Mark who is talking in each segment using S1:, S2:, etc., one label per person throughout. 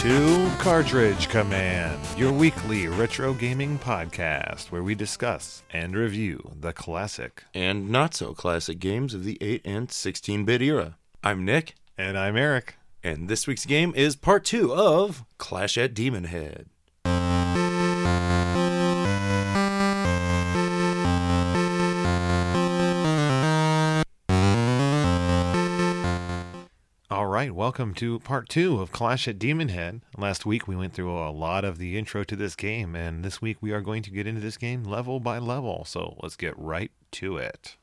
S1: to Cartridge Command, your weekly retro gaming podcast where we discuss and review the classic.
S2: and not so classic games of the 8 and 16 bit era. I'm Nick,
S1: And I'm Eric.
S2: and this week's game is part two of Clash at Demon Head.
S1: All right, welcome to part two of Clash at Demon Head. Last week we went through a lot of the intro to this game, and this week we are going to get into this game level by level. So let's get right to it.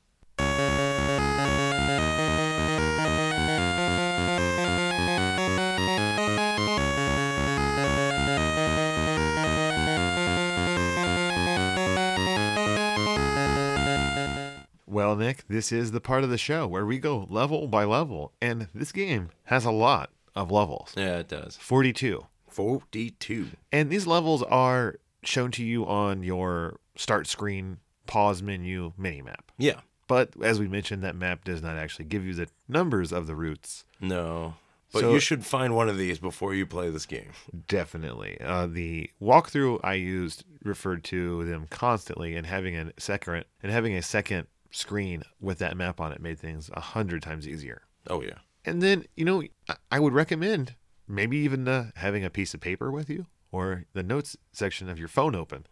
S1: Well, Nick, this is the part of the show where we go level by level, and this game has a lot of levels
S2: Yeah, it does.
S1: 42.
S2: 42.
S1: And these levels are shown to you on your start screen, pause menu, mini map.
S2: Yeah.
S1: But as we mentioned, that map does not actually give you the numbers of the routes.
S2: No. But
S1: So-
S2: you should find one of these before you play this game.
S1: Definitely. Uh, the walkthrough I used referred to them constantly, and having a second and having a second screen with that map on it made things a hundred times easier.
S2: Oh, yeah.
S1: And then, you know, I- I would recommend maybe even uh, having a piece of paper with you or the notes section of your phone open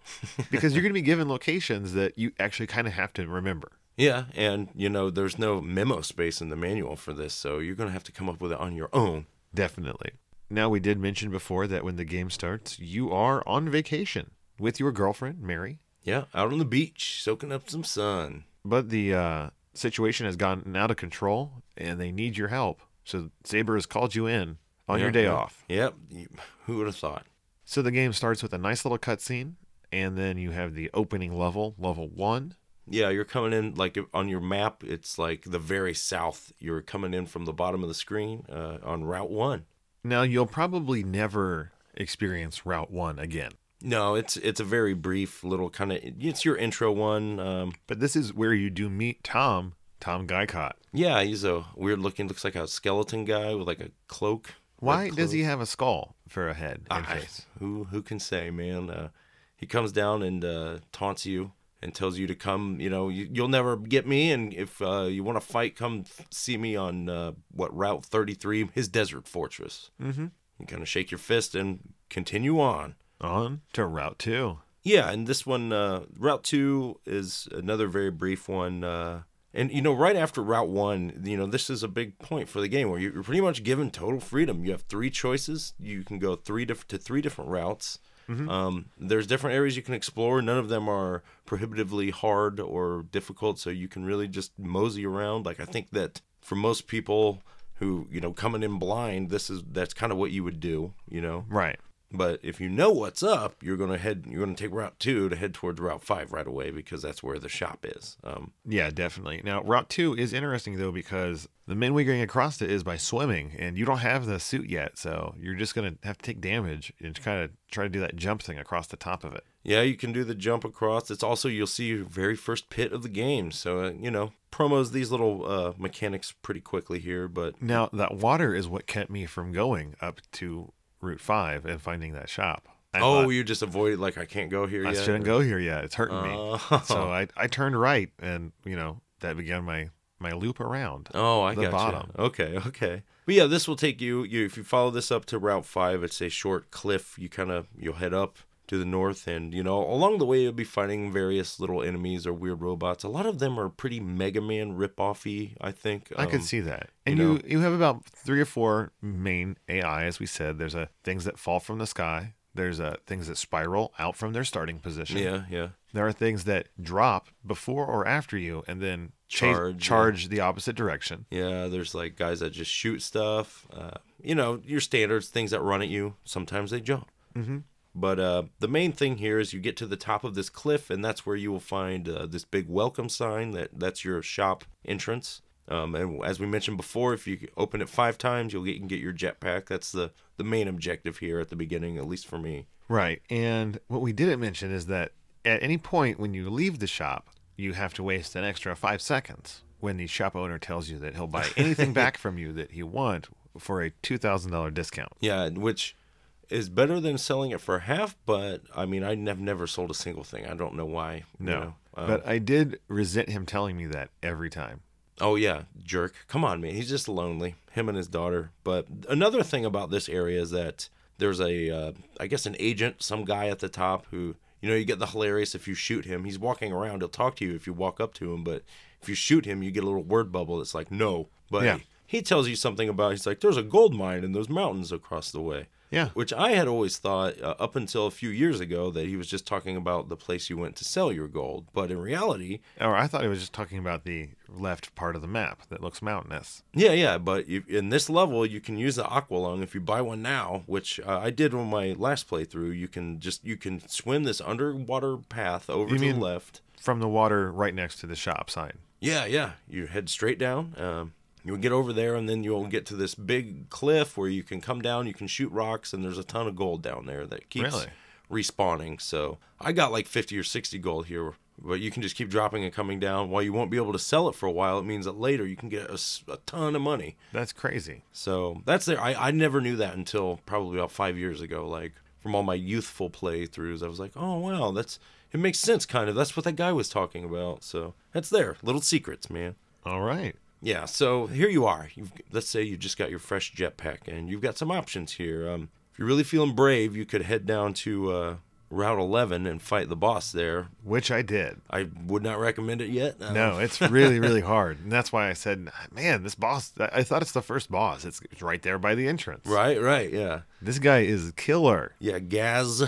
S1: because you're going to be given locations that you actually kind of have to remember.
S2: Yeah, and you know, there's no memo space in the manual for this, so you're going to have to come up with it on your own.
S1: Definitely. Now, we did mention before that when the game starts, you are on vacation with your girlfriend, Mary,
S2: Yeah, out on the beach, soaking up some sun.
S1: but the uh, situation has gotten out of control and they need your help. So, Saber has called you in on your
S2: Yeah,
S1: day
S2: yeah.
S1: off.
S2: Yep. you- Who would have thought?
S1: So the game starts with a nice little cutscene, and then you have the opening level, level one.
S2: Yeah, you're coming in like on your map. It's like the very south. You're coming in from the bottom of the screen uh, on Route One.
S1: Now you'll probably never experience Route One again,
S2: No, it's it's a very brief little kind of. It's your intro one. Um,
S1: but this is where you do meet Tom, Tom Guycott.
S2: yeah, he's a weird looking. Looks like a skeleton guy with like a cloak.
S1: Why
S2: red
S1: does he
S2: cloak.
S1: have a skull for a head and
S2: I-
S1: face?
S2: who who can say, man? Uh, he comes down and uh, taunts you and tells you to come. You know, you, you'll never get me. And if uh, you want to fight, come see me on uh, what Route Thirty Three, his desert fortress.
S1: Mm-hmm.
S2: You kind of shake your fist and continue on.
S1: On to Route Two.
S2: Yeah, and this one, uh, Route 2 is another very brief one. Uh, and, you know, right after Route 1, you know, this is a big point for the game where you're pretty much given total freedom. You have three choices. You can go three diff- to three different routes. Um, there's different areas you can explore. None of them are prohibitively hard or difficult, so you can really just mosey around. Like, I think that for most people who, you know, coming in blind, this is that's kind of what you would do, you know?
S1: Right.
S2: But if you know what's up, you're gonna head. You're gonna take Route Two to head towards Route Five right away because that's where the shop is. Um,
S1: Yeah, definitely. Now Route Two is interesting though because the main way you're getting across it is by swimming, and you don't have the suit yet, so you're just gonna have to take damage and kind of try to do that jump thing across the top of it.
S2: yeah, you can do the jump across. It's also you'll see your very first pit of the game. So uh, you know promos these little uh, mechanics pretty quickly here, but
S1: Now, that water is what kept me from going up to Route 5 and finding that shop. I
S2: oh,
S1: thought,
S2: you just avoided like I can't go here
S1: I
S2: yet.
S1: shouldn't go here yet. It's hurting me.
S2: Oh.
S1: So I, I turned right, and, you know, that began my, my loop around.
S2: Oh, I
S1: the
S2: got
S1: bottom.
S2: Okay, okay. But yeah, this will take you, you. If you follow this up to Route Five, it's a short cliff. You kind of you'll head up to the north, and you know along the way you'll be fighting various little enemies or weird robots. A lot of them are pretty Mega Man ripoffy. I think.
S1: I could
S2: Um,
S1: see that. And
S2: you
S1: you,
S2: know-
S1: you, have about three or four main AI, as we said. There's a things that fall from the sky. There's uh, things that spiral out from their starting position.
S2: Yeah, yeah.
S1: There are things that drop before or after you and then chase-
S2: Charge, yeah.
S1: charge the opposite direction.
S2: Yeah, there's like guys that just shoot stuff. Uh, you know, your standards, things that run at you. Sometimes they jump.
S1: Mhm.
S2: But uh, the main thing here is you get to the top of this cliff, and that's where you will find uh, this big welcome sign. That that's your shop entrance. Um, and as we mentioned before, if you open it five times, you'll get you can get your jetpack. That's the the main objective here at the beginning, at least for me.
S1: Right. And what we didn't mention is that at any point when you leave the shop, you have to waste an extra five seconds when the shop owner tells you that he'll buy anything back from you that you want for a $2,000 discount.
S2: Yeah, which is better than selling it for half. But I mean, I nev- never sold a single thing. I don't know why. you
S1: No. Oh.
S2: know. Um,
S1: but I did resent him telling me that every time.
S2: Oh yeah, jerk. Come on, man. He's just lonely. Him and his daughter. But another thing about this area is that there's a, uh, I guess, an agent, some guy at the top who, you know, you get the hilarious if you shoot him. He's walking around. He'll talk to you if you walk up to him. But if you shoot him, you get a little word bubble that's like, no. But
S1: Yeah.
S2: he tells you something about. He's like, there's a gold mine in those mountains across the way.
S1: Yeah.
S2: Which I had always thought uh, up until a few years ago that he was just talking about the place you went to sell your gold. But in reality,
S1: Or I thought he was just talking about the left part of the map that looks mountainous.
S2: Yeah, yeah, but you, in this level, you can use the aqua lung if you buy one now, which uh, I did on my last playthrough. You can just you can swim this underwater path over
S1: You
S2: to
S1: mean-
S2: the left.
S1: From the water right next to the shop sign.
S2: Yeah, yeah, you head straight down. Um, you'll get over there, and then you'll get to this big cliff where you can come down. You can shoot rocks, and there's a ton of gold down there that keeps
S1: Really?
S2: respawning. So I got like 50 or 60 gold here, but you can just keep dropping and coming down. While you won't be able to sell it for a while, it means that later you can get a s a a ton of money.
S1: That's crazy.
S2: So that's there. I, I never knew that until probably about five years ago. Like from all my youthful playthroughs, I was like, oh wow, that's it makes sense kind of. That's what that guy was talking about. So that's there. Little secrets, man.
S1: All right.
S2: Yeah. So here you are. You've, let's say you just got your fresh jetpack, and you've got some options here. Um, if you're really feeling brave, you could head down to uh, Route 11 and fight the boss there.
S1: Which I did.
S2: I would not recommend it yet. Uh,
S1: No, it's really, really hard. And that's why I said, man, this boss, I I thought it's the first boss. It's it's right there by the entrance.
S2: Right. Right. Yeah.
S1: This guy is a killer.
S2: Yeah, Gaz.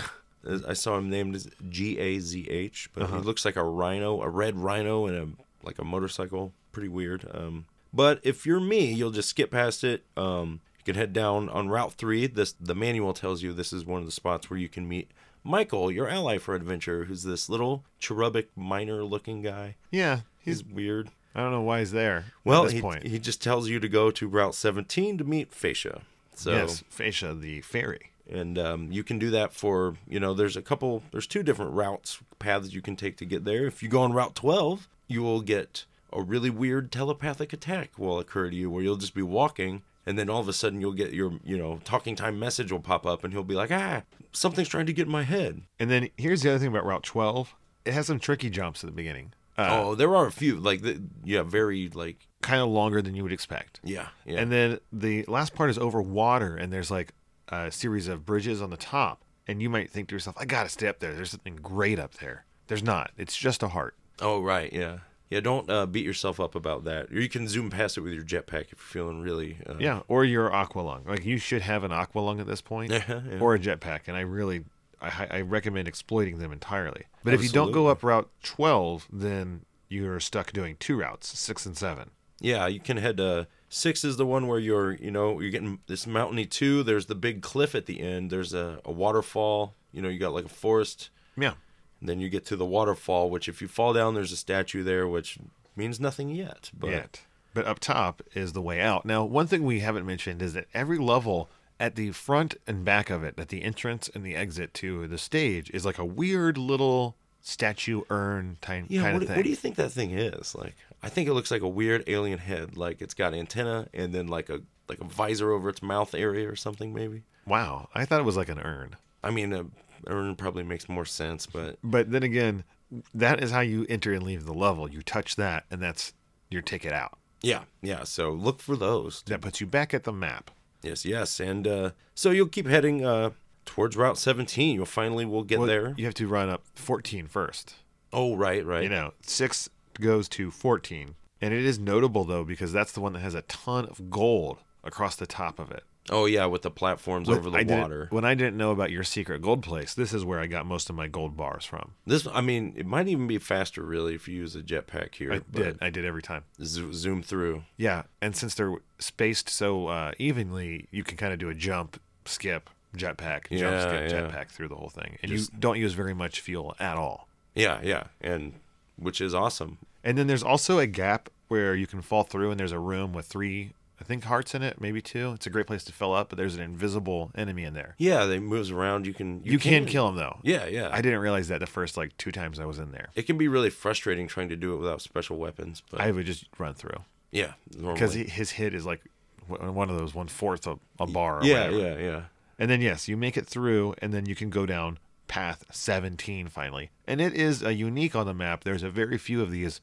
S2: I saw him named as G A Z H, but he looks like a rhino, a red rhino, and a like a motorcycle. Pretty weird. Um, but if you're me, you'll just skip past it. Um, you can head down on Route Three. This the manual tells you this is one of the spots where you can meet Michael, your ally for adventure, who's this little cherubic miner-looking guy.
S1: Yeah. He's,
S2: He's weird.
S1: I don't know why he's there
S2: Well,
S1: at this
S2: he,
S1: point.
S2: he just tells you to go to Route 17 to meet Fascia. So
S1: Yes, Fascia, the fairy.
S2: and um, you can do that for you know there's a couple there's two different routes paths you can take to get there if you go on route 12 you will get a really weird telepathic attack will occur to you where you'll just be walking and then all of a sudden you'll get your you know talking time message will pop up and he'll be like ah something's trying to get in my head
S1: And then here's the other thing about Route 12 it has some tricky jumps at the beginning. Uh,
S2: oh there are a few like the, yeah very like
S1: Kind of longer than you would expect.
S2: yeah yeah
S1: And then the last part is over water, and there's like a series of bridges on the top. And you might think to yourself, I got to stay up there. There's something great up there. There's not. It's just a heart.
S2: Oh right, yeah, yeah. Don't uh, beat yourself up about that. Or you can zoom past it with your jetpack if you're feeling really. Uh,
S1: Yeah, or your aqua lung. Like you should have an aqua lung at this point,
S2: Yeah, yeah.
S1: or a jetpack. And I really, I, I recommend exploiting them entirely. But if you don't go up Route 12, then you're stuck doing two routes, six and seven.
S2: Yeah, you can head to six is the one where you're, you know, you're getting this mountainy two. There's the big cliff at the end. There's a, a waterfall. You know, you got like a forest.
S1: Yeah,
S2: And then you get to the waterfall, which if you fall down, there's a statue there, which means nothing yet. But
S1: yet. But up top is the way out. Now, one thing we haven't mentioned is that every level at the front and back of it, at the entrance and the exit to the stage, is like a weird little statue urn type
S2: yeah,
S1: kind
S2: what,
S1: of thing.
S2: what do you think that thing is? Like, I think it looks like a weird alien head. Like it's got antenna and then like a like a visor over its mouth area or something maybe.
S1: wow, I thought it was like an urn.
S2: I mean, a urn probably makes more sense, but
S1: But then again, that is how you enter and leave the level. You touch that, and that's your ticket out.
S2: yeah, yeah. So look for those.
S1: That puts you back at the map.
S2: Yes, yes. And uh, so you'll keep heading uh, towards Route 17. You'll finally will get
S1: Well,
S2: there.
S1: You have to run up 14 first.
S2: Oh, right, right.
S1: You know, six goes to 14. And it is notable, though, because that's the one that has a ton of gold across the top of it.
S2: Oh, yeah, with the platforms over the
S1: I didn't-
S2: water.
S1: When I didn't know about your secret gold place, this is where I got most of my gold bars from.
S2: This, I mean, it might even be faster, really, if you use a jetpack here.
S1: I did. I did every time.
S2: Zo- zoom through.
S1: Yeah. And since they're spaced so uh, evenly, you can kind of do a jump, skip, jetpack, jump,
S2: Yeah,
S1: skip,
S2: yeah.
S1: jetpack through the whole thing. And you don't use very much fuel at all.
S2: Yeah, yeah. And which is awesome.
S1: And then there's also a gap where you can fall through, and there's a room with three, I think, hearts in it, maybe two. It's a great place to fill up, but there's an invisible enemy in there.
S2: Yeah, they moves around. You can.
S1: You, can, kill him, though.
S2: Yeah, yeah.
S1: I didn't realize that the first like two times I was in there.
S2: it can be really frustrating trying to do it without special weapons, but
S1: I would just run through
S2: yeah,
S1: because
S2: normally.
S1: his hit is like w- one of those one fourth of a bar. Or
S2: yeah,
S1: whatever.
S2: yeah, yeah.
S1: And then, yes, you make it through, and then you can go down path 17 finally. And it is a unique on the map. There's a very few of these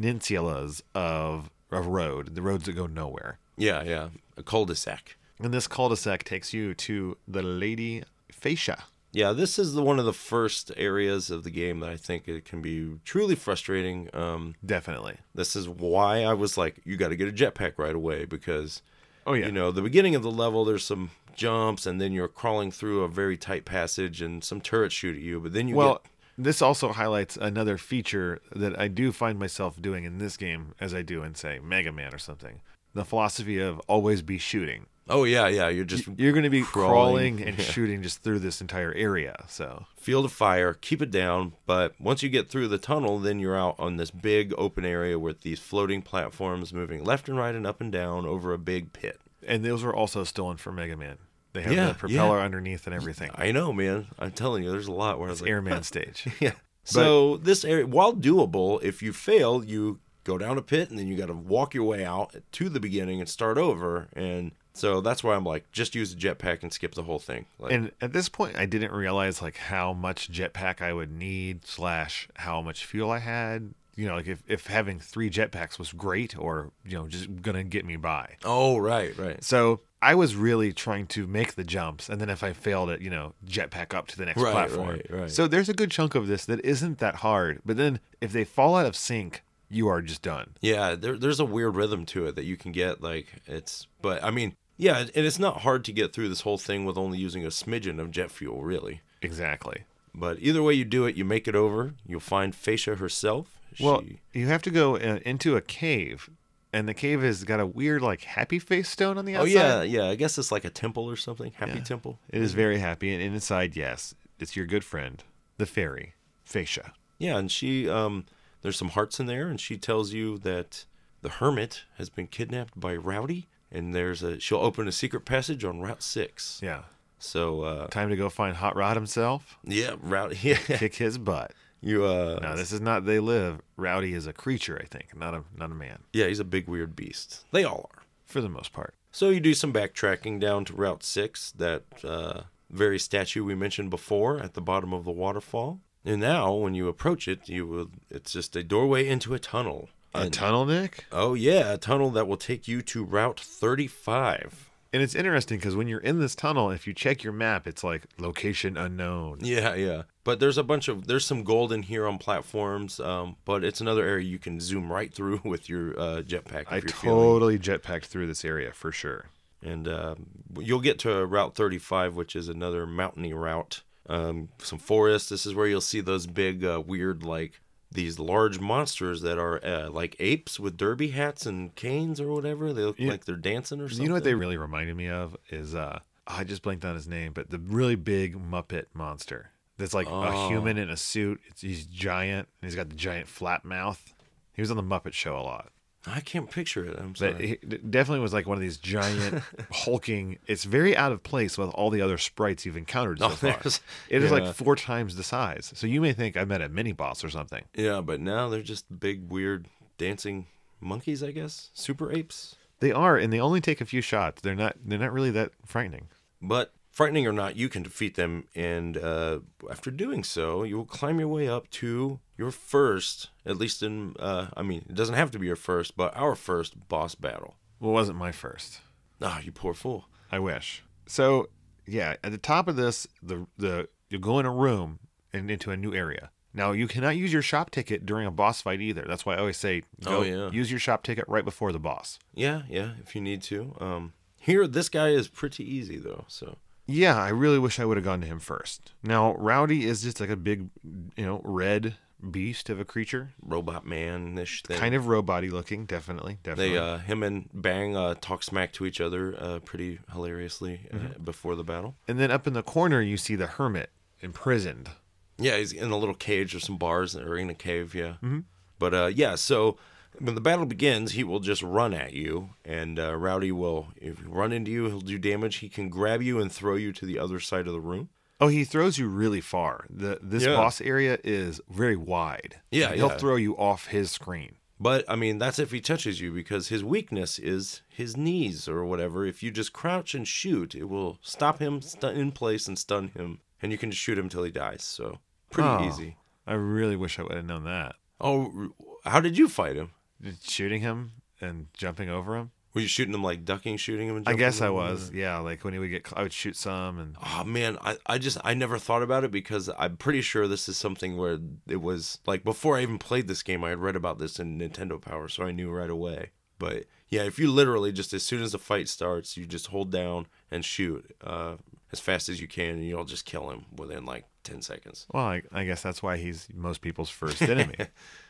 S1: peninsulas of, of road, the roads that go nowhere.
S2: Yeah, yeah. A cul-de-sac.
S1: And this cul de sac takes you to the Lady Fascia.
S2: Yeah, this is the one of the first areas of the game that I think it can be truly frustrating. Um,
S1: Definitely.
S2: this is why I was like, you got to get a jetpack right away because
S1: Oh, yeah.
S2: you know the beginning of the level there's some jumps and then you're crawling through a very tight passage and some turrets shoot at you, but then you
S1: Well, this also highlights another feature that I do find myself doing in this game, as I do in, say, Mega Man or something. The philosophy of always be shooting.
S2: get, oh yeah, yeah, you're just
S1: You're going to be
S2: Crawling,
S1: crawling, and shooting just through this entire area. So,
S2: field of fire, keep it down. But once you get through the tunnel, then you're out on this big open area with these floating platforms moving left and right and up and down over a big pit.
S1: and those were also stolen from Mega Man. They have
S2: Yeah,
S1: the propeller
S2: yeah.
S1: underneath and everything.
S2: I know, man. I'm telling you, there's a lot where I was
S1: It's
S2: like,
S1: Airman stage.
S2: yeah. So this area, while doable, if you fail, you go down a pit and then you got to walk your way out to the beginning and start over. And so that's why I'm like, just use a jetpack and skip the whole thing. Like,
S1: And at this point, I didn't realize like how much jetpack I would need slash how much fuel I had. You know, like if, if having three jetpacks was great or you know just gonna get me by.
S2: oh, right, right.
S1: So I was really trying to make the jumps, and then if I failed it, you know, jetpack up to the next
S2: Right,
S1: platform.
S2: right, right.
S1: So there's a good chunk of this that isn't that hard. But then if they fall out of sync, you are just done.
S2: Yeah, there, there's a weird rhythm to it that you can get. Like it's, but I mean, yeah, and it's not hard to get through this whole thing with only using a smidgen of jet fuel, really.
S1: Exactly.
S2: But either way you do it, you make it over. You'll find Fascia herself.
S1: Well,
S2: she,
S1: you have to go uh, into a cave, and the cave has got a weird like happy face stone on the
S2: oh
S1: outside.
S2: yeah, yeah. I guess it's like a temple or something. Happy temple.
S1: It is very happy, and inside, yes, it's your good friend, the fairy, Fascia.
S2: Yeah, and she um there's some hearts in there and she tells you that the hermit has been kidnapped by Rowdy and there's a she'll open a secret passage on Route 6.
S1: Yeah.
S2: So uh
S1: Time to go find Hot Rod himself,
S2: yeah, Rowdy yeah.
S1: kick his butt.
S2: You uh
S1: No, this is not they live. Rowdy is a creature, I think, not a not a man,
S2: yeah, he's a big weird beast. They all are.
S1: for the most part.
S2: So you do some backtracking down to Route 6, that uh, very statue we mentioned before at the bottom of the waterfall. And now, when you approach it, you will, it's just a doorway into a tunnel.
S1: A
S2: And-
S1: tunnel, Nick?
S2: Oh yeah, a tunnel that will take you to Route 35.
S1: And it's interesting because when you're in this tunnel, if you check your map, it's like location unknown.
S2: Yeah, yeah. But there's a bunch of there's some gold in here on platforms, um, but it's another area you can zoom right through with your uh, jetpack. If
S1: I
S2: you're feeling.
S1: totally jetpacked through this area for sure.
S2: And uh, you'll get to Route 35, which is another mountainy route. Um, some forest. This is where you'll see those big, uh, weird, like these large monsters that are uh, like apes with derby hats and canes or whatever. They look
S1: Yeah.
S2: like they're dancing or something.
S1: You know what they really reminded me of is uh I just blanked on his name, but the really big Muppet monster. That's like a
S2: Oh.
S1: human in a suit. It's, he's giant and he's got the giant flap mouth. He was on the Muppet Show a lot.
S2: I can't picture it. I'm sorry.
S1: But he d- definitely was like one of these giant hulking. It's very out of place with all the other sprites you've encountered so
S2: Oh,
S1: far. It is
S2: there's- yeah.
S1: like four times the size. So you may think I met a mini boss or something.
S2: Yeah, but now they're just big, weird dancing monkeys, I guess. Super apes.
S1: They are, and they only take a few shots. They're not. They're not really that frightening.
S2: But frightening or not, you can defeat them. And uh, after doing so, you will climb your way up to your first, at least in, uh, I mean, it doesn't have to be your first, but our first boss battle.
S1: Well, it wasn't my first.
S2: Ah, you poor fool.
S1: I wish. So yeah, at the top of this, the the you go in a room and into a new area. Now you cannot use your shop ticket during a boss fight either. That's why I always say, go
S2: Oh, yeah.
S1: use your shop ticket right before the boss.
S2: Yeah, yeah, if you need to. Um, here, this guy is pretty easy, though. So,
S1: Yeah, I really wish I would have gone to him first. Now Rowdy is just like a big, you know, red beast of a creature,
S2: robot man ish thing.
S1: kind of roboty looking, definitely, definitely.
S2: They, uh, him and Bang uh, talk smack to each other uh, pretty hilariously uh, before the battle.
S1: and then up in the corner you see the hermit imprisoned.
S2: Yeah, he's in a little cage or some bars or in a cave. Yeah.
S1: Mm-hmm.
S2: But uh, yeah, so when the battle begins, he will just run at you, and uh, Rowdy will if he run into you, he'll do damage. He can grab you and throw you to the other side of the room.
S1: Oh, he throws you really far. The this
S2: Yeah.
S1: boss area is very wide.
S2: Yeah,
S1: he'll
S2: yeah.
S1: throw you off his screen.
S2: But I mean, that's if he touches you because his weakness is his knees or whatever. If you just crouch and shoot, it will stop him stun in place and stun him, and you can just shoot him till he dies. So pretty
S1: Oh.
S2: easy.
S1: I really wish I would have known that.
S2: Oh, r- how did you fight him?
S1: Just Shooting him and jumping over him.
S2: Were you shooting him like ducking, shooting him? And
S1: I
S2: jumping
S1: guess I
S2: him?
S1: was. Yeah, like when he would get, cl- I would shoot some, and
S2: Oh man, I, I just I never thought about it because I'm pretty sure this is something where it was like before I even played this game, I had read about this in Nintendo Power, so I knew right away. But yeah, if you literally just as soon as the fight starts, you just hold down and shoot uh, as fast as you can, and you'll just kill him within like ten seconds.
S1: well, I, I guess that's why he's most people's first enemy.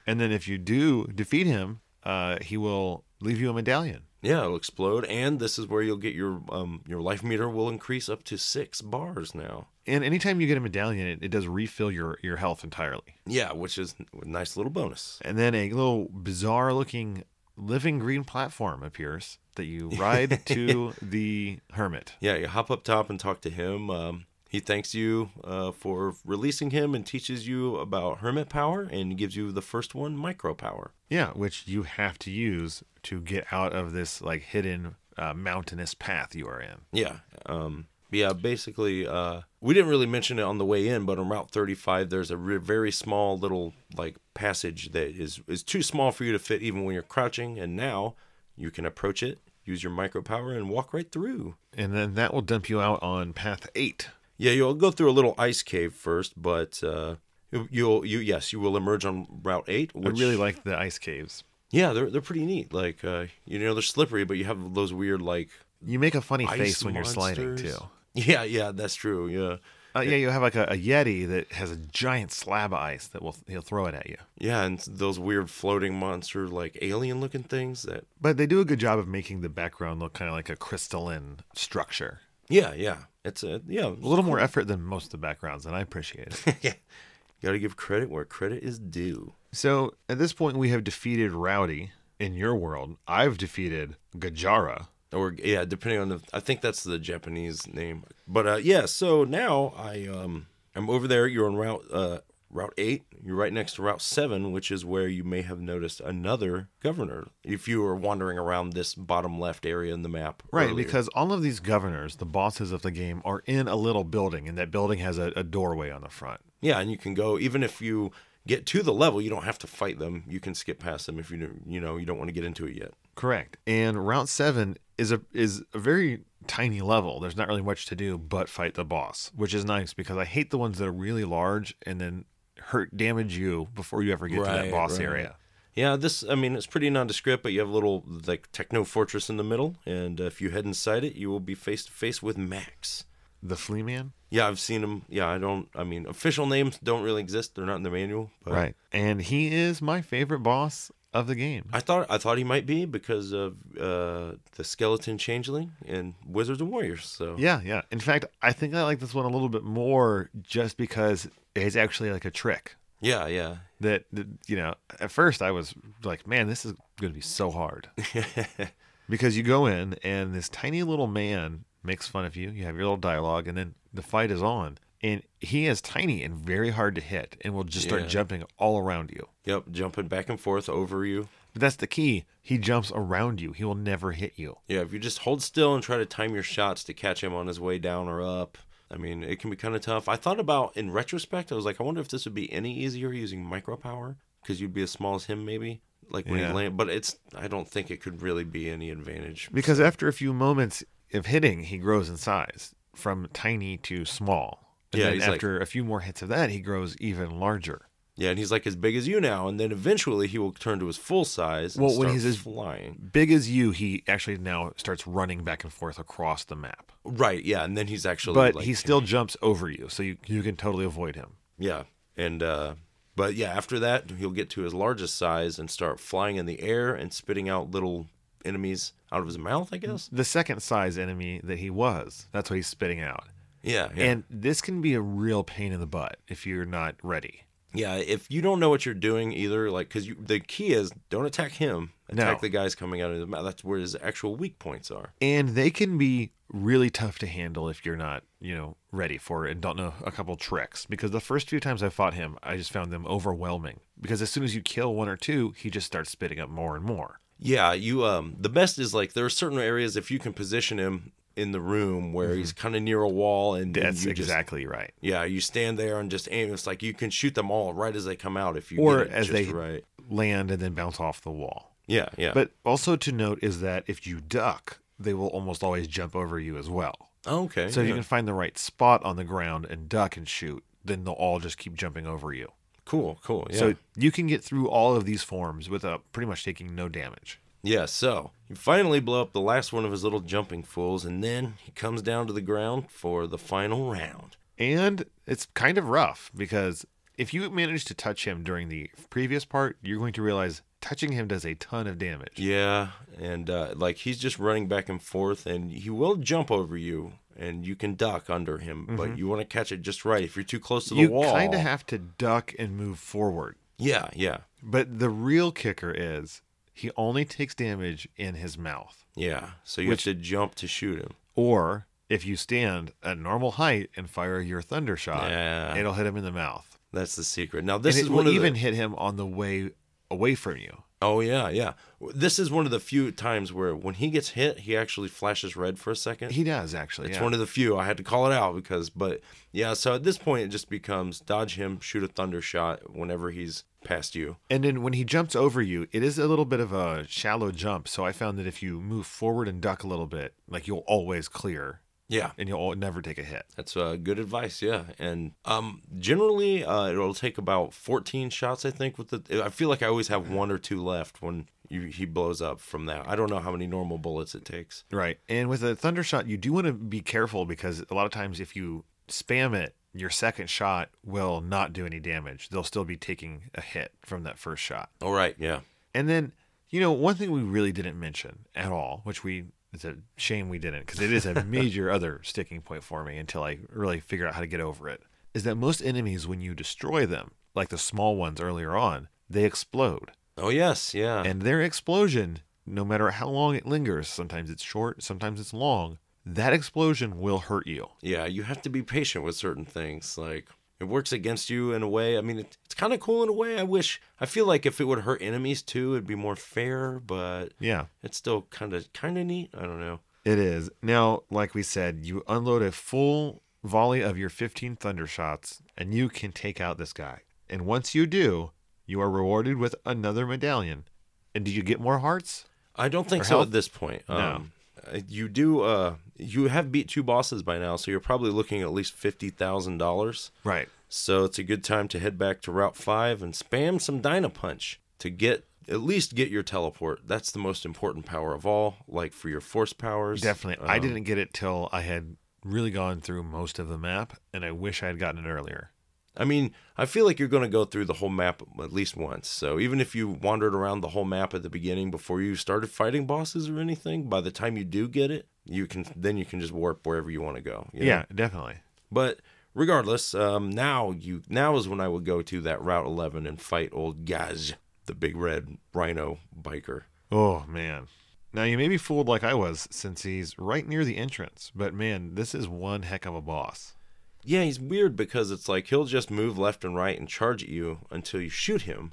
S1: and then if you do defeat him, uh, he will leave you a medallion.
S2: Yeah, it'll explode, and this is where you'll get your um your life meter will increase up to six bars now.
S1: And anytime you get a medallion, it, it does refill your, your health entirely.
S2: Yeah, which is a nice little bonus.
S1: And then a little bizarre looking living green platform appears that you ride to the hermit.
S2: Yeah, you hop up top and talk to him. Um, he thanks you uh, for releasing him and teaches you about hermit power and gives you the first one, micro power.
S1: Yeah, which you have to use to get out of this like hidden uh, mountainous path you are in.
S2: Yeah. Um, yeah, basically, uh, we didn't really mention it on the way in, but on Route 35, there's a re- very small little like passage that is is too small for you to fit even when you're crouching. And now you can approach it, use your micro power, and walk right through.
S1: And then that will dump you out on path eight.
S2: Yeah, you'll go through a little ice cave first, but uh, you- you'll you yes, you will emerge on Route Eight. Which,
S1: I really like the ice caves.
S2: yeah, they're they're pretty neat. Like uh, you know, they're slippery, but you have those weird like
S1: You make a funny
S2: ice
S1: face when you're sliding
S2: monsters.
S1: too.
S2: Yeah, yeah, that's true. Yeah,
S1: Uh, yeah, you have like a, a yeti that has a giant slab of ice that will he'll throw it at you.
S2: yeah, and those weird floating monster like alien looking things that.
S1: But they do a good job of making the background look kind of like a crystalline structure.
S2: Yeah, yeah, it's a yeah.
S1: A little more effort than most of the backgrounds, and I appreciate it.
S2: yeah. Got to give credit where credit is due.
S1: so at this point, we have defeated Rowdy in your world. I've defeated Gajara.
S2: or yeah, depending on the. I think that's the Japanese name. But uh, yeah, so now I um I'm over there. You're on route uh route eight. You're right next to route seven, which is where you may have noticed another governor if you were wandering around this bottom left area in the map.
S1: Right,
S2: earlier.
S1: because all of these governors, the bosses of the game, are in a little building, and that building has a, a doorway on the front.
S2: yeah, and you can go even if you get to the level, you don't have to fight them. You can skip past them if you don't- you know you don't want to get into it yet.
S1: Correct. And Route Seven is a is a very tiny level. There's not really much to do but fight the boss, which is nice because I hate the ones that are really large and then hurt damage you before you ever get to that
S2: Right,
S1: boss
S2: right.
S1: area.
S2: Yeah, this, I mean, it's pretty nondescript, but you have a little, like, techno fortress in the middle, and uh, if you head inside it, you will be face to face with Max.
S1: The flea man.
S2: Yeah, I've seen him. Yeah, I don't, I mean, official names don't really exist. They're not in the manual. But
S1: Right. And he is my favorite boss of the game.
S2: I thought, I thought he might be because of uh, the skeleton changeling and Wizards and Warriors. So,
S1: Yeah, yeah. In fact, I think I like this one a little bit more just because it's actually like a trick
S2: yeah, yeah.
S1: that, that you know, at first I was like, man, this is going to be so hard. because you go in and this tiny little man makes fun of you. You have your little dialogue and then the fight is on. And he is tiny and very hard to hit and will just start
S2: Yeah.
S1: jumping all around you.
S2: yep, jumping back and forth over you.
S1: But that's the key. He jumps around you. He will never hit you.
S2: Yeah, if you just hold still and try to time your shots to catch him on his way down or up, I mean, it can be kind of tough. I thought about in retrospect, I was like, I wonder if this would be any easier using micro power because you'd be as small as him, maybe. Like when
S1: Yeah.
S2: he land, but it's I don't think it could really be any advantage.
S1: Because after a few moments of hitting, he grows in size from tiny to small. And
S2: Yeah,
S1: then
S2: he's like-
S1: after a few more hits of that, he grows even larger.
S2: Yeah, and he's like as big as you now, and then eventually he will turn to his full size. And
S1: Well, when he's
S2: he's
S1: as-
S2: flying,
S1: Big as you, he actually now starts running back and forth across the map.
S2: right? Yeah, and then he's actually
S1: But
S2: like,
S1: he still jumps over you, so you, you can totally avoid him.
S2: Yeah. And uh but yeah, after that he'll get to his largest size and start flying in the air and spitting out little enemies out of his mouth, I guess.
S1: The second size enemy that he was, that's what he's spitting out.
S2: Yeah. Yeah.
S1: And this can be a real pain in the butt if you're not ready.
S2: yeah, if you don't know what you're doing either, like cuz you the key is don't attack him. Attack
S1: No.
S2: the guys coming out of his mouth. That's where his actual weak points are.
S1: And they can be really tough to handle if you're not, you know, ready for it and don't know a couple tricks. Because the first few times I fought him, I just found them overwhelming. Because as soon as you kill one or two, he just starts spitting up more and more.
S2: Yeah, you um the best is like there are certain areas if you can position him in the room where he's kind of near a wall and, and
S1: Mm-hmm. That's
S2: you just-
S1: exactly right.
S2: yeah, you stand there and just aim. It's like you can shoot them all right as they come out if you
S1: Or
S2: get it
S1: as
S2: just
S1: they-
S2: right.
S1: Land and then bounce off the wall.
S2: Yeah, yeah.
S1: But also to note is that if you duck, they will almost always jump over you as well.
S2: oh, okay.
S1: So if
S2: yeah.
S1: you can find the right spot on the ground and duck and shoot, then they'll all just keep jumping over you.
S2: cool, cool. Yeah.
S1: So you can get through all of these forms without pretty much taking no damage.
S2: Yeah, so you finally blow up the last one of his little jumping fools, and then he comes down to the ground for the final round.
S1: And it's kind of rough because if you manage to touch him during the previous part, you're going to realize touching him does a ton of damage.
S2: Yeah, and uh, like he's just running back and forth, and he will jump over you, and you can duck under him, but you want to catch it just right. If you're too close to the
S1: Mm-hmm. you
S2: wall,
S1: kind of have to duck and move forward.
S2: yeah, yeah,
S1: But the real kicker is he only takes damage in his mouth.
S2: yeah. So you
S1: Which-
S2: have to jump to shoot him.
S1: Or if you stand at normal height and fire your thunder shot,
S2: Yeah.
S1: it'll hit him in the mouth.
S2: That's the secret. Now this
S1: and
S2: is
S1: it
S2: one
S1: will
S2: of
S1: even
S2: the.
S1: hit him on the way away from you.
S2: Oh yeah, yeah. This is one of the few times where when he gets hit, he actually flashes red for a second.
S1: He does actually.
S2: It's
S1: yeah.
S2: one of the few. I had to call it out because, but yeah. So at this point, it just becomes dodge him, shoot a thunder shot whenever he's past you.
S1: And then when he jumps over you, it is a little bit of a shallow jump. So I found that if you move forward and duck a little bit, like you'll always clear
S2: Yeah,
S1: and you'll al- never take a hit.
S2: that's uh, good advice. Yeah, and um, generally uh, it'll take about fourteen shots. I think with the, I feel like I always have one or two left when you, he blows up from that. I don't know how many normal bullets it takes.
S1: Right. And with a thunder shot, you do want to be careful because a lot of times if you spam it, your second shot will not do any damage. They'll still be taking a hit from that first shot.
S2: All right. Yeah.
S1: And then, you know, one thing we really didn't mention at all, which we it's a shame we didn't because it is a major other sticking point for me until I really figure out how to get over it, is that most enemies when you destroy them, like the small ones earlier on, they explode.
S2: Oh yes. Yeah.
S1: And their explosion, no matter how long it lingers, sometimes it's short, sometimes it's long, that explosion will hurt you.
S2: yeah you have to be patient with certain things like it works against you in a way i mean it, it's kind of cool in a way i wish i feel like if it would hurt enemies too it'd be more fair but
S1: Yeah.
S2: it's still kind of kind of neat i don't know
S1: It is. Now, like we said, you unload a full volley of your 15 thunder shots and you can take out this guy. And once you do, you are rewarded with another medallion. And do you get more hearts?
S2: i don't think
S1: Or
S2: so
S1: health?
S2: at this point
S1: No.
S2: um uh, you do uh you have beat two bosses by now so you're probably looking at least fifty thousand dollars
S1: Right.
S2: so it's a good time to head back to route five and spam some dyna punch to get at least get your teleport that's the most important power of all like for your force powers
S1: Definitely. I
S2: um,
S1: didn't get it till I had really gone through most of the map, and I wish I had gotten it earlier.
S2: I mean, I feel like you're going to go through the whole map at least once. So even if you wandered around the whole map at the beginning before you started fighting bosses or anything, by the time you do get it, you can then you can just warp wherever you want to go. you know?
S1: yeah definitely.
S2: But regardless, um, now you now is when I would go to that Route 11 and fight old Gaz, the big red rhino biker.
S1: Oh man. Now you may be fooled like I was since he's right near the entrance, but man, this is one heck of a boss.
S2: Yeah, he's weird because it's like he'll just move left and right and charge at you until you shoot him.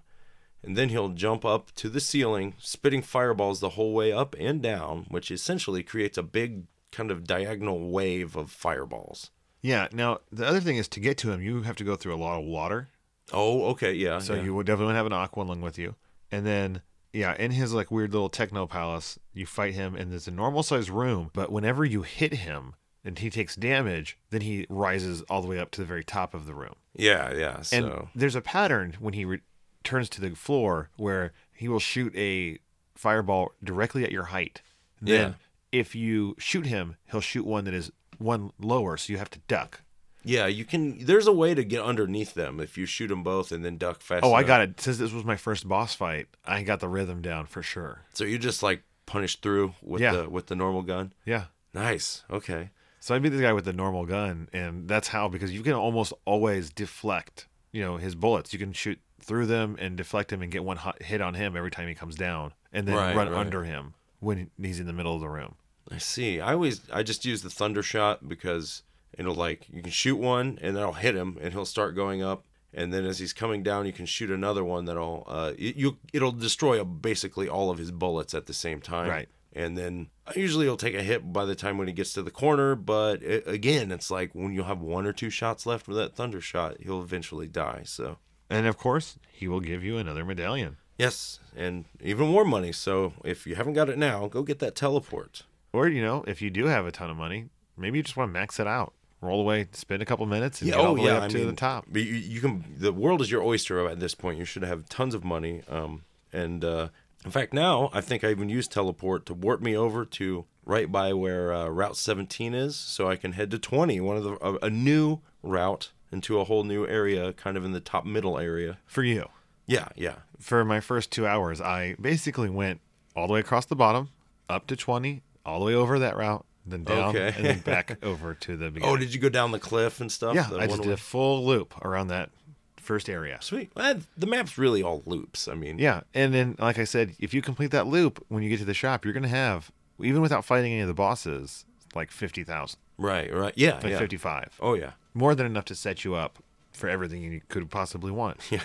S2: And then he'll jump up to the ceiling, spitting fireballs the whole way up and down, which essentially creates a big kind of diagonal wave of fireballs.
S1: Yeah, now the other thing is to get to him you have to go through a lot of water.
S2: Oh, okay, yeah.
S1: So
S2: yeah.
S1: you would definitely want to have an aqua lung with you. And then yeah, in his like weird little techno palace, you fight him and it's a normal sized room, but whenever you hit him and he takes damage, then he rises all the way up to the very top of the room.
S2: Yeah, yeah. So
S1: And there's a pattern when he returns to the floor where he will shoot a fireball directly at your height. Then if you shoot him, he'll shoot one that is one lower, so you have to duck.
S2: yeah, you can there's a way to get underneath them if you shoot them both and then duck fast.
S1: Oh, I
S2: enough.
S1: got it. Since this was my first boss fight, I got the rhythm down for sure.
S2: So you just like punish through with
S1: Yeah.
S2: the with the normal gun.
S1: Yeah.
S2: Nice. Okay.
S1: So I beat this guy with the normal gun, and that's how because you can almost always deflect, you know, his bullets. You can shoot through them and deflect him and get one hot hit on him every time he comes down, and then
S2: Right,
S1: run
S2: right.
S1: under him when he's in the middle of the room.
S2: I see. I always I just use the thunder shot because it'll like you can shoot one and that'll hit him and he'll start going up and then as he's coming down you can shoot another one that'll uh it, you it'll destroy basically all of his bullets at the same time.
S1: Right.
S2: And then uh, usually he'll take a hit by the time when he gets to the corner, but it, again, it's like when you'll have one or two shots left with that thunder shot, he'll eventually die. So
S1: And of course, he will give you another medallion.
S2: yes, and even more money. So if you haven't got it now, go get that teleport.
S1: Or, you know, if you do have a ton of money, maybe you just want to max it out. Roll away, spend a couple minutes, and
S2: Yeah,
S1: get all
S2: oh,
S1: the way
S2: yeah,
S1: up
S2: I
S1: to the
S2: mean,
S1: top.
S2: But you, you can. The world is your oyster at this point. You should have tons of money. Um, and uh, in fact, now I think I even used teleport to warp me over to right by where uh, Route 17 is, so I can head to 20, one of the a, a new route into a whole new area, kind of in the top middle area.
S1: For you.
S2: Yeah, yeah.
S1: For my first two hours, I basically went all the way across the bottom, up to 20, all the way over that route, then down,
S2: Okay.
S1: and then back over to the beginning.
S2: Oh, did you go down the cliff and stuff?
S1: yeah,
S2: Oh, The
S1: I just
S2: one
S1: did
S2: way-
S1: a full loop around that first area.
S2: Sweet. Well, the map's really all loops. I mean,
S1: Yeah, and then like I said, if you complete that loop when you get to the shop, you're gonna have even without fighting any of the bosses, like fifty thousand,
S2: right, right. Yeah,
S1: like
S2: yeah.
S1: fifty-five,
S2: Oh, yeah.
S1: more than enough to set you up for everything you could possibly want.
S2: Yeah.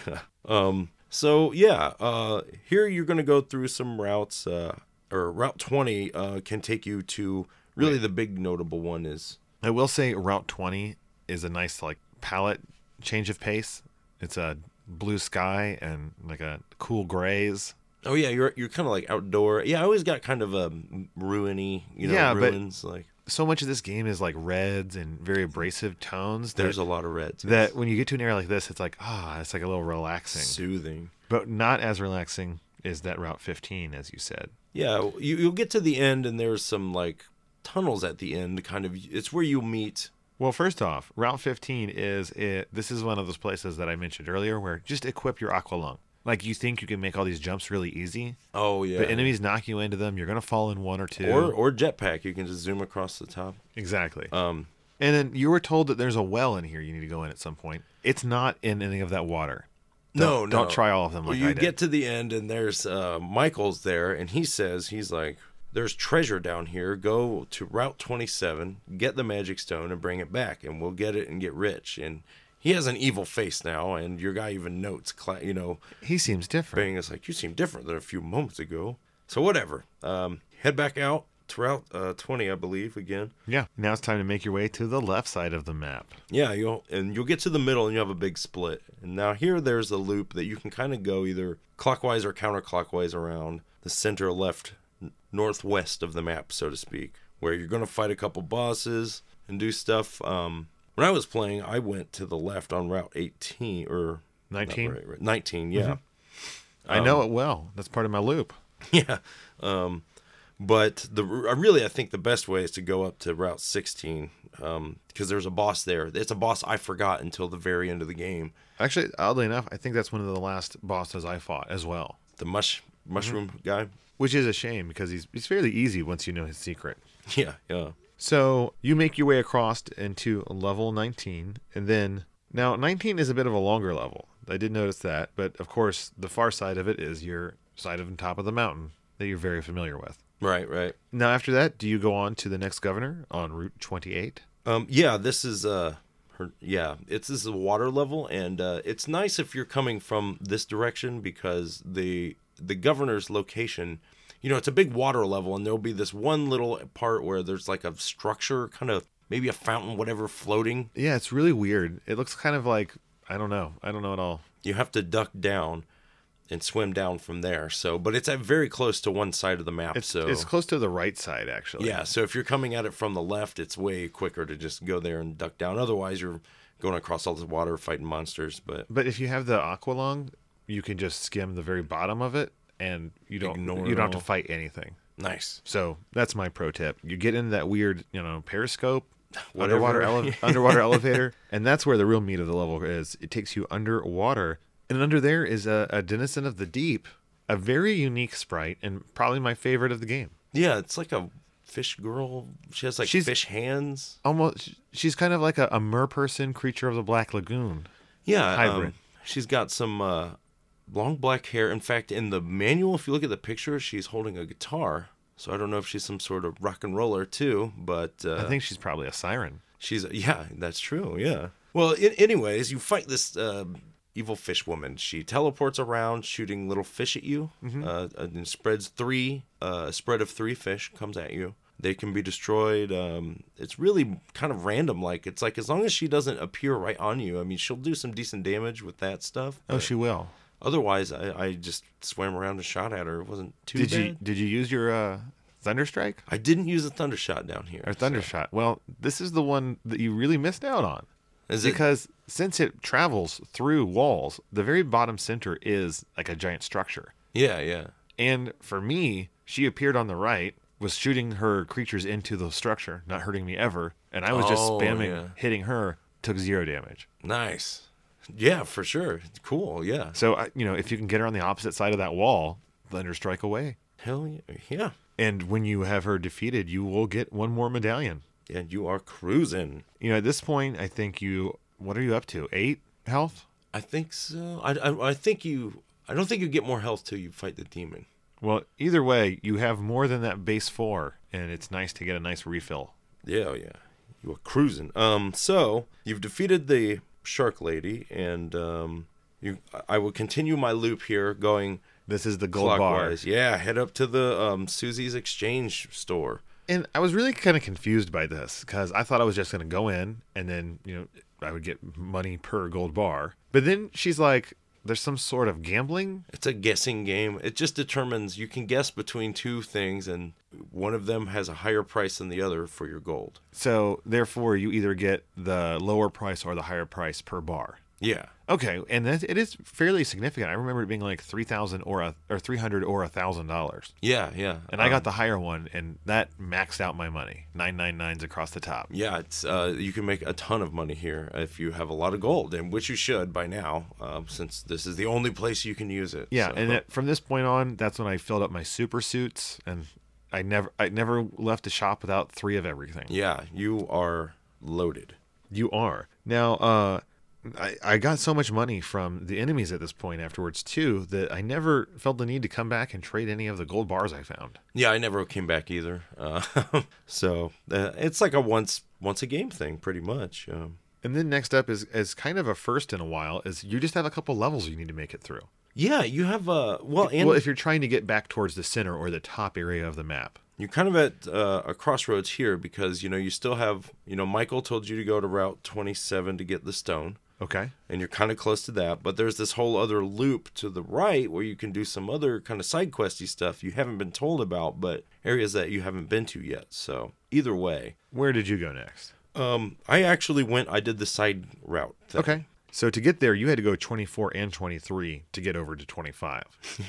S2: Um, so yeah, uh, here you're going to go through some routes, uh, or Route 20 uh, can take you to really the big notable one is
S1: I will say, Route Twenty is a nice like palette change of pace. It's a blue sky and like a cool grays.
S2: oh yeah, you're you're kind of like outdoor. Yeah, I always got kind of a ruiny, you know,
S1: Yeah, but-
S2: ruins like
S1: So much of this game is like reds and very abrasive tones. That,
S2: there's a lot of reds.
S1: that
S2: It's
S1: when you get to an area like this, it's like ah, it's like a little relaxing.
S2: soothing.
S1: but not as relaxing as that route 15 as you said
S2: Yeah, you you'll get to the end and there's some like tunnels at the end kind of it's where you meet
S1: well first off route 15 is it, this is one of those places that i mentioned earlier where just equip your aqua lung like you think you can make all these jumps really easy
S2: Oh yeah.
S1: but enemies knock you into them you're gonna fall in one or two
S2: or or jetpack, you can just zoom across the top.
S1: exactly
S2: Um
S1: and then you were told that there's a well in here you need to go in at some point it's not in any of that water
S2: No,
S1: don't
S2: Oh, no.
S1: try all of them
S2: Well,
S1: like
S2: you
S1: I did.
S2: get to the end, and there's uh, Michael's there, and he says he's like, "There's treasure down here. Go to Route 27, get the magic stone, and bring it back, and we'll get it and get rich." And he has an evil face now, and your guy even notes, cla- you know,
S1: he seems different
S2: being is like, "You seem different than a few moments ago." So whatever. Um, head back out to Route uh, 20, I believe, again.
S1: yeah now it's time to make your way to the left side of the map
S2: Yeah, you'll and you'll get to the middle and you have a big split. And now here there's a loop that you can kind of go either clockwise or counterclockwise around the center left n- northwest of the map, so to speak, where you're going to fight a couple bosses and do stuff. Um when I was playing, I went to the left on route 18 or not
S1: 19?
S2: right, right, 19, yeah.
S1: i
S2: Um,
S1: know it well that's part of my loop
S2: Yeah. Um, but the I really I think the best way is to go up to Route 16 because there's a boss there. It's a boss I forgot until the very end of the game.
S1: Actually, oddly enough, I think that's one of the last bosses I fought as well,
S2: The mush mushroom guy.
S1: which is a shame because he's he's fairly easy once you know his secret.
S2: Yeah, yeah.
S1: So you make your way across into level 19, and then now 19 is a bit of a longer level. I did notice that, but of course, the far side of it is your side of the top of the mountain that you're very familiar with.
S2: Right, right.
S1: Now, after that, do you go on to the next governor on Route 28?
S2: Um, yeah, this is uh, her, yeah, it's this is a water level, and uh, it's nice if you're coming from this direction because the the governor's location, you know, it's a big water level, and there'll be this one little part where there's like a structure, kind of maybe a fountain, whatever, floating.
S1: Yeah, it's really weird. It looks kind of like I don't know. I don't know at all.
S2: You have to duck down and swim down from there. So, but it's at very close to one side of the map.
S1: It's
S2: so
S1: it's close to the right side actually.
S2: Yeah, so if you're coming at it from the left, it's way quicker to just go there and duck down. Otherwise, you're going across all the water fighting monsters. But
S1: But if you have the aqualung, you can just skim the very bottom of it, and you don't
S2: Ignore
S1: you
S2: it
S1: don't have to
S2: all.
S1: fight anything.
S2: nice,
S1: So that's my pro tip. You get in that weird, you know, periscope,
S2: Whatever.
S1: underwater ele- underwater elevator, and that's where the real meat of the level is. It takes you underwater, and under there is a, a denizen of the deep, a very unique sprite, and probably my favorite of the game.
S2: yeah, it's like a fish girl. She has like
S1: She's-
S2: fish hands.
S1: Almost, she's kind of like a, a merperson creature of the Black Lagoon.
S2: Yeah,
S1: Hybrid.
S2: um, she's got some uh, long black hair. In fact, in the manual, if you look at the picture, she's holding a guitar. So I don't know if she's some sort of rock and roller too, but uh,
S1: I think she's probably a siren.
S2: She's yeah, that's true. Yeah. Well, i anyways, you fight this uh, evil fish woman. She teleports around, shooting little fish at you,
S1: Mm-hmm.
S2: uh, and spreads three uh, a spread of three fish comes at you. They can be destroyed. Um, it's really kind of random. Like it's like as long as she doesn't appear right on you, I mean, she'll do some decent damage with that stuff.
S1: Oh, she will.
S2: Otherwise, I, I just swam around and shot at her. It wasn't too
S1: Did
S2: bad.
S1: you did you use your uh, thunderstrike
S2: I didn't use a thunder shot down here.
S1: or thundershot? Well, this is the one that you really missed out on
S2: Is it-
S1: because since it travels through walls, the very bottom center is like a giant structure.
S2: yeah, yeah.
S1: And for me, she appeared on the right, was shooting her creatures into the structure, not hurting me ever, and I was just
S2: Oh,
S1: spamming,
S2: yeah.
S1: hitting her, took zero damage.
S2: Nice. Yeah, for sure. Cool. Yeah.
S1: So I, you know, if you can get her on the opposite side of that wall, thunder strike away.
S2: Hell yeah. Yeah.
S1: And when you have her defeated, you will get one more medallion.
S2: And you are cruising.
S1: You know, at this point, I think you. What are you up to? Eight health.
S2: I think so. I, I, I think you. I don't think you get more health till you fight the demon.
S1: Well, either way, you have more than that base four, and it's nice to get a nice refill.
S2: Yeah, oh, yeah. You are cruising. Um, so you've defeated the shark lady, and um, you. I- I will continue my loop here, going
S1: This is the gold bar.
S2: clockwise. Yeah, head up to the um Susie's Exchange store.
S1: And I was really kind of confused by this because I thought I was just going to go in and then, you know, I would get money per gold bar. But then she's like, there's some sort of gambling.
S2: It's a guessing game. It just determines you can guess between two things, and one of them has a higher price than the other for your gold.
S1: So therefore, you either get the lower price or the higher price per bar.
S2: Yeah.
S1: Okay, and that, it is fairly significant. I remember it being like three thousand or a, or three hundred or a thousand dollars,
S2: Yeah, yeah. Uh,
S1: and I got the higher one, and that maxed out my money. Nine nine nines across the top.
S2: Yeah, it's uh, you can make a ton of money here if you have a lot of gold, and which you should by now, um, since this is the only place you can use it.
S1: Yeah,
S2: So-
S1: and that, from this point on, that's when I filled up my super suits, and I never I never left the shop without three of everything.
S2: yeah, you are loaded.
S1: You are now. uh I, I got so much money from the enemies at this point afterwards too that I never felt the need to come back and trade any of the gold bars I found.
S2: Yeah, I never came back either. Uh, so uh, it's like a once once a game thing, pretty much. Um,
S1: And then next up is is kind of a first in a while is you just have a couple levels you need to make it through.
S2: yeah, you have uh, well, and
S1: well, if you're trying to get back towards the center or the top area of the map.
S2: you're kind of at uh, a crossroads here because you know you still have you know Michael told you to go to Route 27 to get the stone.
S1: Okay.
S2: and you're kind of close to that. But there's this whole other loop to the right where you can do some other kind of side questy stuff you haven't been told about, but areas that you haven't been to yet. So either way,
S1: Where did you go next?
S2: um, I actually went. I did the side route. Thing.
S1: Okay. So to get there, you had to go 24 and 23 to get over to 25.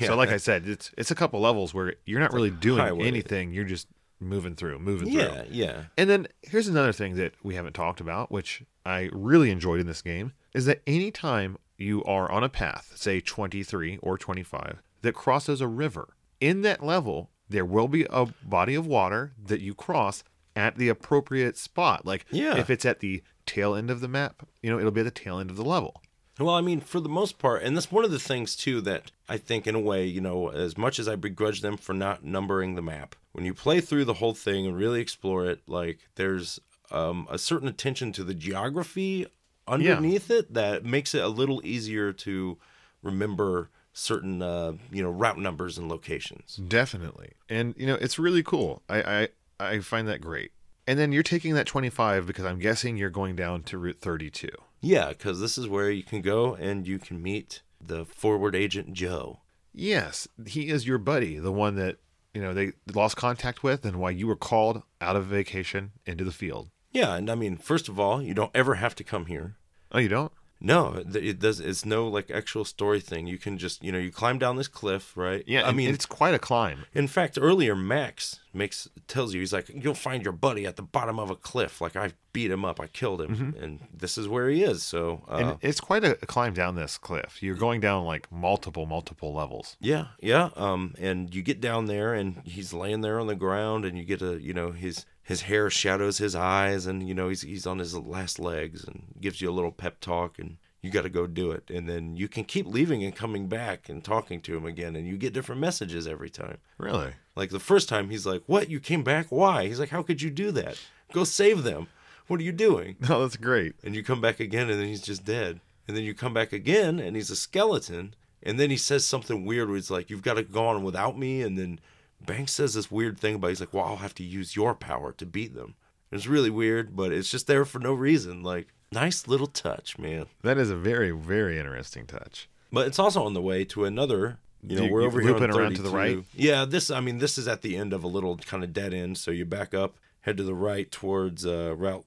S1: So like I said, it's it's a couple levels where you're not really doing
S2: highway.
S1: anything. You're just moving through, moving through.
S2: Yeah, yeah.
S1: And then here's another thing that we haven't talked about, which I really enjoyed in this game, is that anytime you are on a path, say 23 or 25, that crosses a river, in that level, there will be a body of water that you cross at the appropriate spot. Like
S2: Yeah.
S1: if it's at the tail end of the map, you know, it'll be at the tail end of the level.
S2: Well, I mean, for the most part, and that's one of the things too that I think, in a way, you know, as much as I begrudge them for not numbering the map, when you play through the whole thing and really explore it, like there's um, a certain attention to the geography underneath it that makes it a little easier to remember certain, uh, you know, route numbers and locations.
S1: Definitely. And you know, it's really cool. I I, I find that great. And then you're taking that 25 because I'm guessing you're going down to Route 32.
S2: Yeah, because this is where you can go and you can meet the forward agent Joe.
S1: Yes, he is your buddy, the one that you know they lost contact with, and why you were called out of vacation into the field.
S2: Yeah, and I mean, first of all, you don't ever have to come here.
S1: Oh, you don't?
S2: No, th- it does. It's no like actual story thing. You can just you know you climb down this cliff, right? I
S1: and-
S2: mean,
S1: and it's quite a climb.
S2: in fact, earlier Max makes tells you he's like, you'll find your buddy at the bottom of a cliff. Like I beat him up, I killed him,
S1: Mm-hmm.
S2: and this is where he is. So uh,
S1: And it's quite a, a climb down this cliff. You're going down like multiple, multiple levels.
S2: yeah, yeah. Um, and you get down there, and he's laying there on the ground, and you get a you know his his hair shadows his eyes, and you know he's he's on his last legs, and gives you a little pep talk, and you got to go do it and then you can keep leaving and coming back and talking to him again and you get different messages every time
S1: Really?
S2: like the first time he's like what you came back why he's like how could you do that go save them what are you doing
S1: No, that's great.
S2: and you come back again and then he's just dead and then you come back again and he's a skeleton and then he says something weird where he's like you've got to go on without me and then banks says this weird thing about he's like well i'll have to use your power to beat them it's really weird but it's just there for no reason like nice little touch man
S1: That is a very, very interesting touch.
S2: but it's also on the way to another you know
S1: You-
S2: we're
S1: you
S2: over here on
S1: looping around to the
S2: 32.
S1: right?
S2: yeah this i mean this is at the end of a little kind of dead end so you back up head to the right towards uh, route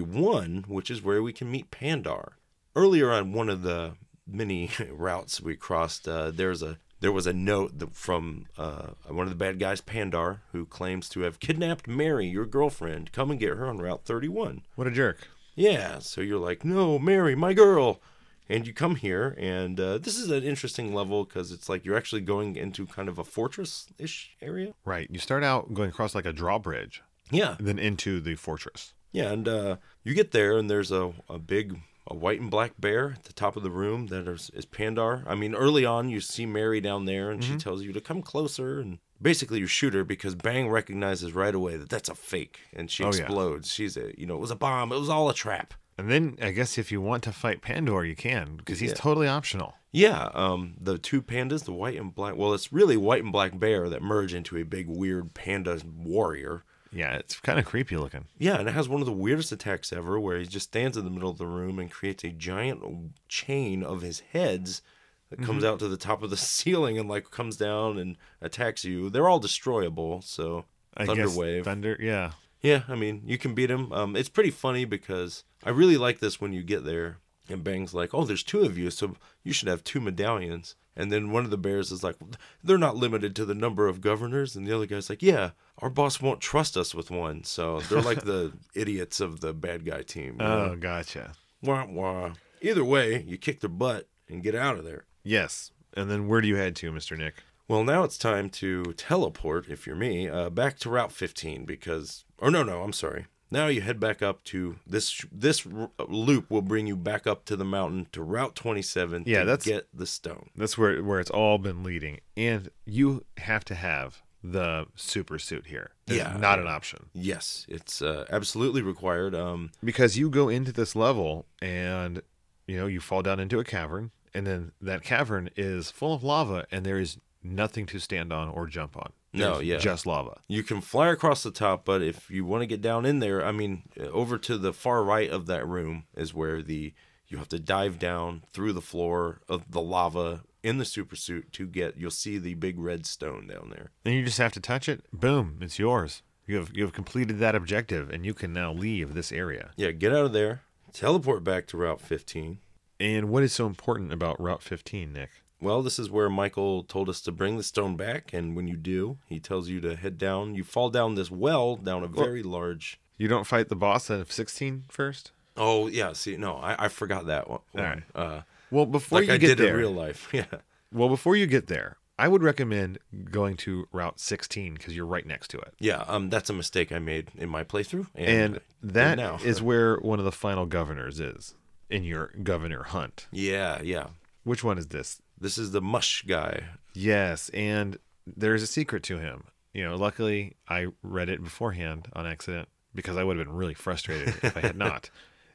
S2: 31 which is where we can meet pandar earlier on one of the many routes we crossed uh, there's a there was a note that from uh, one of the bad guys pandar who claims to have kidnapped mary your girlfriend come and get her on route 31
S1: What a jerk.
S2: yeah. So you're like, no, Mary, my girl. And you come here, and uh, this is an interesting level because it's like you're actually going into kind of a fortress ish area.
S1: Right. You start out going across like a drawbridge,
S2: Yeah.
S1: then into the fortress.
S2: Yeah. And uh, you get there, and there's a, a big, a white and black bear at the top of the room that is, is Pandar. I mean, early on, you see Mary down there, and
S1: Mm-hmm.
S2: she tells you to come closer. And basically, you shoot her because Bang recognizes right away that that's a fake, and she
S1: Oh, yeah.
S2: explodes. She's a, you know, it was a bomb, it was all a trap.
S1: And then I guess if you want to fight Pandor, you can because he's
S2: Yeah.
S1: totally optional.
S2: Yeah, um, the two pandas, the white and black. Well, it's really white and black bear that merge into a big weird panda warrior.
S1: Yeah, it's kind of creepy looking.
S2: Yeah, and it has one of the weirdest attacks ever, where he just stands in the middle of the room and creates a giant chain of his heads that comes
S1: Mm-hmm.
S2: out to the top of the ceiling and like comes down and attacks you. They're all destroyable, so
S1: I
S2: Thunder
S1: guess
S2: Wave.
S1: Thunder. Yeah.
S2: Yeah, I mean, you can beat him. Um, it's pretty funny because I really like this when you get there and Bang's like, "Oh, there's two of you, so you should have two medallions." And then one of the bears is like, "They're not limited to the number of governors." And the other guy's like, "Yeah, our boss won't trust us with one." So they're like the idiots of the bad guy team. you know?
S1: Oh, gotcha.
S2: wah wah. Either way, you kick their butt and get out of there.
S1: Yes. And then where do you head to, Mister Nick?
S2: Well, now it's time to teleport, if you're me, uh, back to Route 15 because, or no, no, I'm sorry. Now you head back up to this. This r- loop will bring you back up to the mountain to Route 27.
S1: Yeah,
S2: to
S1: that's-
S2: get the stone.
S1: That's where where it's all been leading, and you have to have the super suit here. There's
S2: Yeah.
S1: not an option
S2: Yes, it's uh, absolutely required. Um,
S1: because you go into this level and you know you fall down into a cavern, and then that cavern is full of lava, and there is nothing to stand on or jump on.
S2: No,
S1: There's
S2: yeah.
S1: just lava.
S2: you can fly across the top, but if you want to get down in there, I mean, uh, over to the far right of that room is where the you have to dive down through the floor of the lava in the supersuit to get. You'll see the big red stone down there.
S1: Then you just have to touch it. Boom, it's yours. You have you have completed that objective, and you can now leave this area.
S2: Yeah, get out of there. Teleport back to Route 15.
S1: And what is so important about Route 15, Nick?
S2: Well, this is where Michael told us to bring the stone back, and when you do, he tells you to head down. You fall down this well, down a very large.
S1: You don't fight the boss of 16 first.
S2: Oh yeah, see, no, I, I forgot that one.
S1: All right.
S2: Uh,
S1: Well, before
S2: like
S1: you
S2: I
S1: get
S2: did
S1: there,
S2: in real life. Yeah.
S1: well, before you get there, I would recommend going to Route 16 because you're right next to it,
S2: Yeah, um, that's a mistake I made in my playthrough,
S1: and that is
S2: now.
S1: where one of the final governors is in your governor hunt.
S2: yeah, yeah,
S1: Which one is this?
S2: this is the mush guy.
S1: Yes, and there's a secret to him. You know, luckily I read it beforehand on accident because I would have been really frustrated if I had not.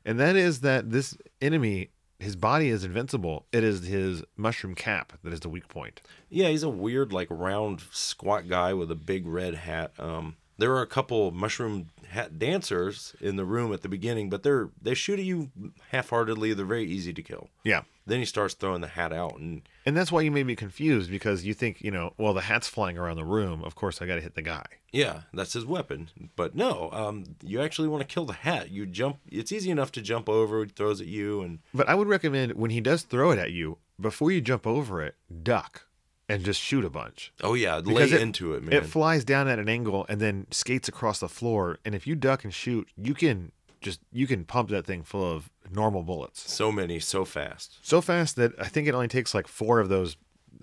S1: And that is that this enemy, his body is invincible. It is his mushroom cap that is the weak point.
S2: Yeah, he's a weird, like round, squat guy with a big red hat. Um, there are a couple mushroom hat dancers in the room at the beginning, but they're they shoot at you half-heartedly. They're very easy to kill.
S1: Yeah.
S2: Then he starts throwing the hat out, and
S1: And that's why you may be confused because you think, you know, well, the hat's flying around the room. Of course, I got to hit the guy.
S2: yeah, that's his weapon. But no, um, you actually want to kill the hat. You jump. It's easy enough to jump over. He throws at you, and
S1: But I would recommend when he does throw it at you, before you jump over it, duck and just shoot a bunch.
S2: oh yeah,
S1: Because
S2: lay into it, man.
S1: It flies down at an angle and then skates across the floor. And if you duck and shoot, you can just you can pump that thing full of normal bullets
S2: so many, so fast.
S1: so fast that I think it only takes like four of those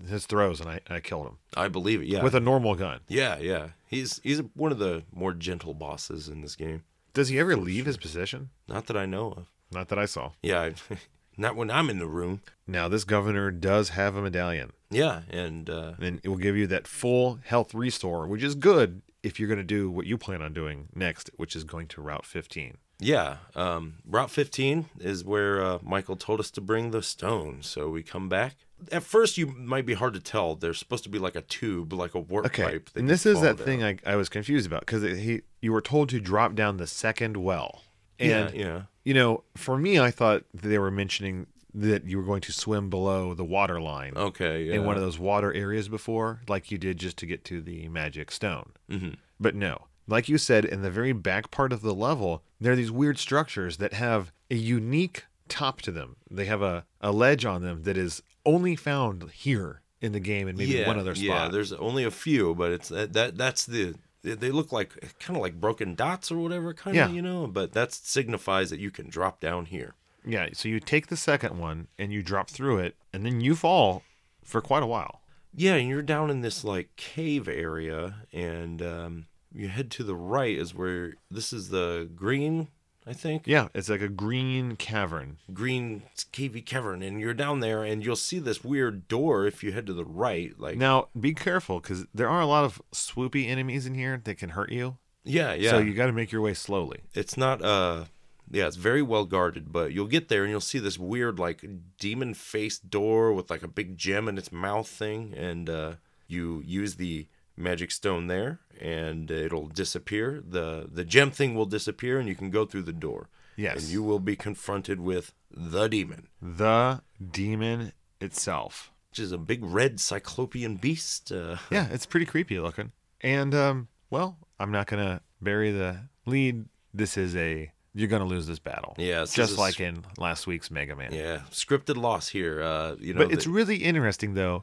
S1: his throws, and I, I killed him
S2: I believe it. Yeah.
S1: with a normal gun.
S2: yeah, yeah. He's he's one of the more gentle bosses in this game.
S1: Does he ever leave his position?
S2: Not that I know of.
S1: Not that I saw.
S2: Yeah, I, Not when I'm in the room.
S1: Now, this governor does have a medallion,
S2: Yeah, and uh,
S1: and it will give you that full health restore, which is good if you're going to do what you plan on doing next, which is going to Route 15.
S2: yeah, um, Route 15 is where uh, Michael told us to bring the stone. So we come back. At first, you might be hard to tell. There's supposed to be like a tube, like a warp
S1: Okay,
S2: pipe.
S1: and
S2: you
S1: this is
S2: fall
S1: that
S2: down.
S1: thing I, I was confused about because he you were told to drop down the second well, and
S2: yeah, yeah.
S1: you know, for me, I thought they were mentioning that you were going to swim below the water line
S2: Okay. Yeah.
S1: in one of those water areas before, like you did just to get to the magic stone. Mm-hmm. But no, like you said, in the very back part of the level, there are these weird structures that have a unique top to them. They have a, a ledge on them that is only found here in the game and maybe
S2: yeah,
S1: one other spot.
S2: Yeah, there's only a few, but it's that, that that's the they- they look like kind of like broken dots or whatever, kind of
S1: Yeah.
S2: you know. But that signifies that you can drop down here.
S1: yeah, so you take the second one and you drop through it, and then you fall for quite a while.
S2: Yeah, and you're down in this like cave area, and um, you head to the right is where this is the green, I think,
S1: Yeah, it's like a green cavern.
S2: green cavey cavern, and you're down there, and you'll see this weird door if you head to the right. Like,
S1: Now, be careful because there are a lot of swoopy enemies in here that can hurt you.
S2: yeah, yeah,
S1: So you got to make your way slowly.
S2: it's not uh yeah it's very well guarded but you'll get there and you'll see this weird like demon faced door with like a big gem in its mouth thing and uh you use the magic stone there and it'll disappear the the gem thing will disappear and you can go through the door
S1: Yes.
S2: and you will be confronted with the demon
S1: The demon itself.
S2: which is a big red cyclopean beast uh
S1: Yeah, it's pretty creepy looking. And um, well, I'm not gonna bury the lead. This is a you're gonna lose this battle.
S2: Yeah, this
S1: just
S2: is-
S1: like in last week's Mega Man.
S2: yeah scripted loss here uh you know
S1: but it's
S2: the-
S1: really interesting though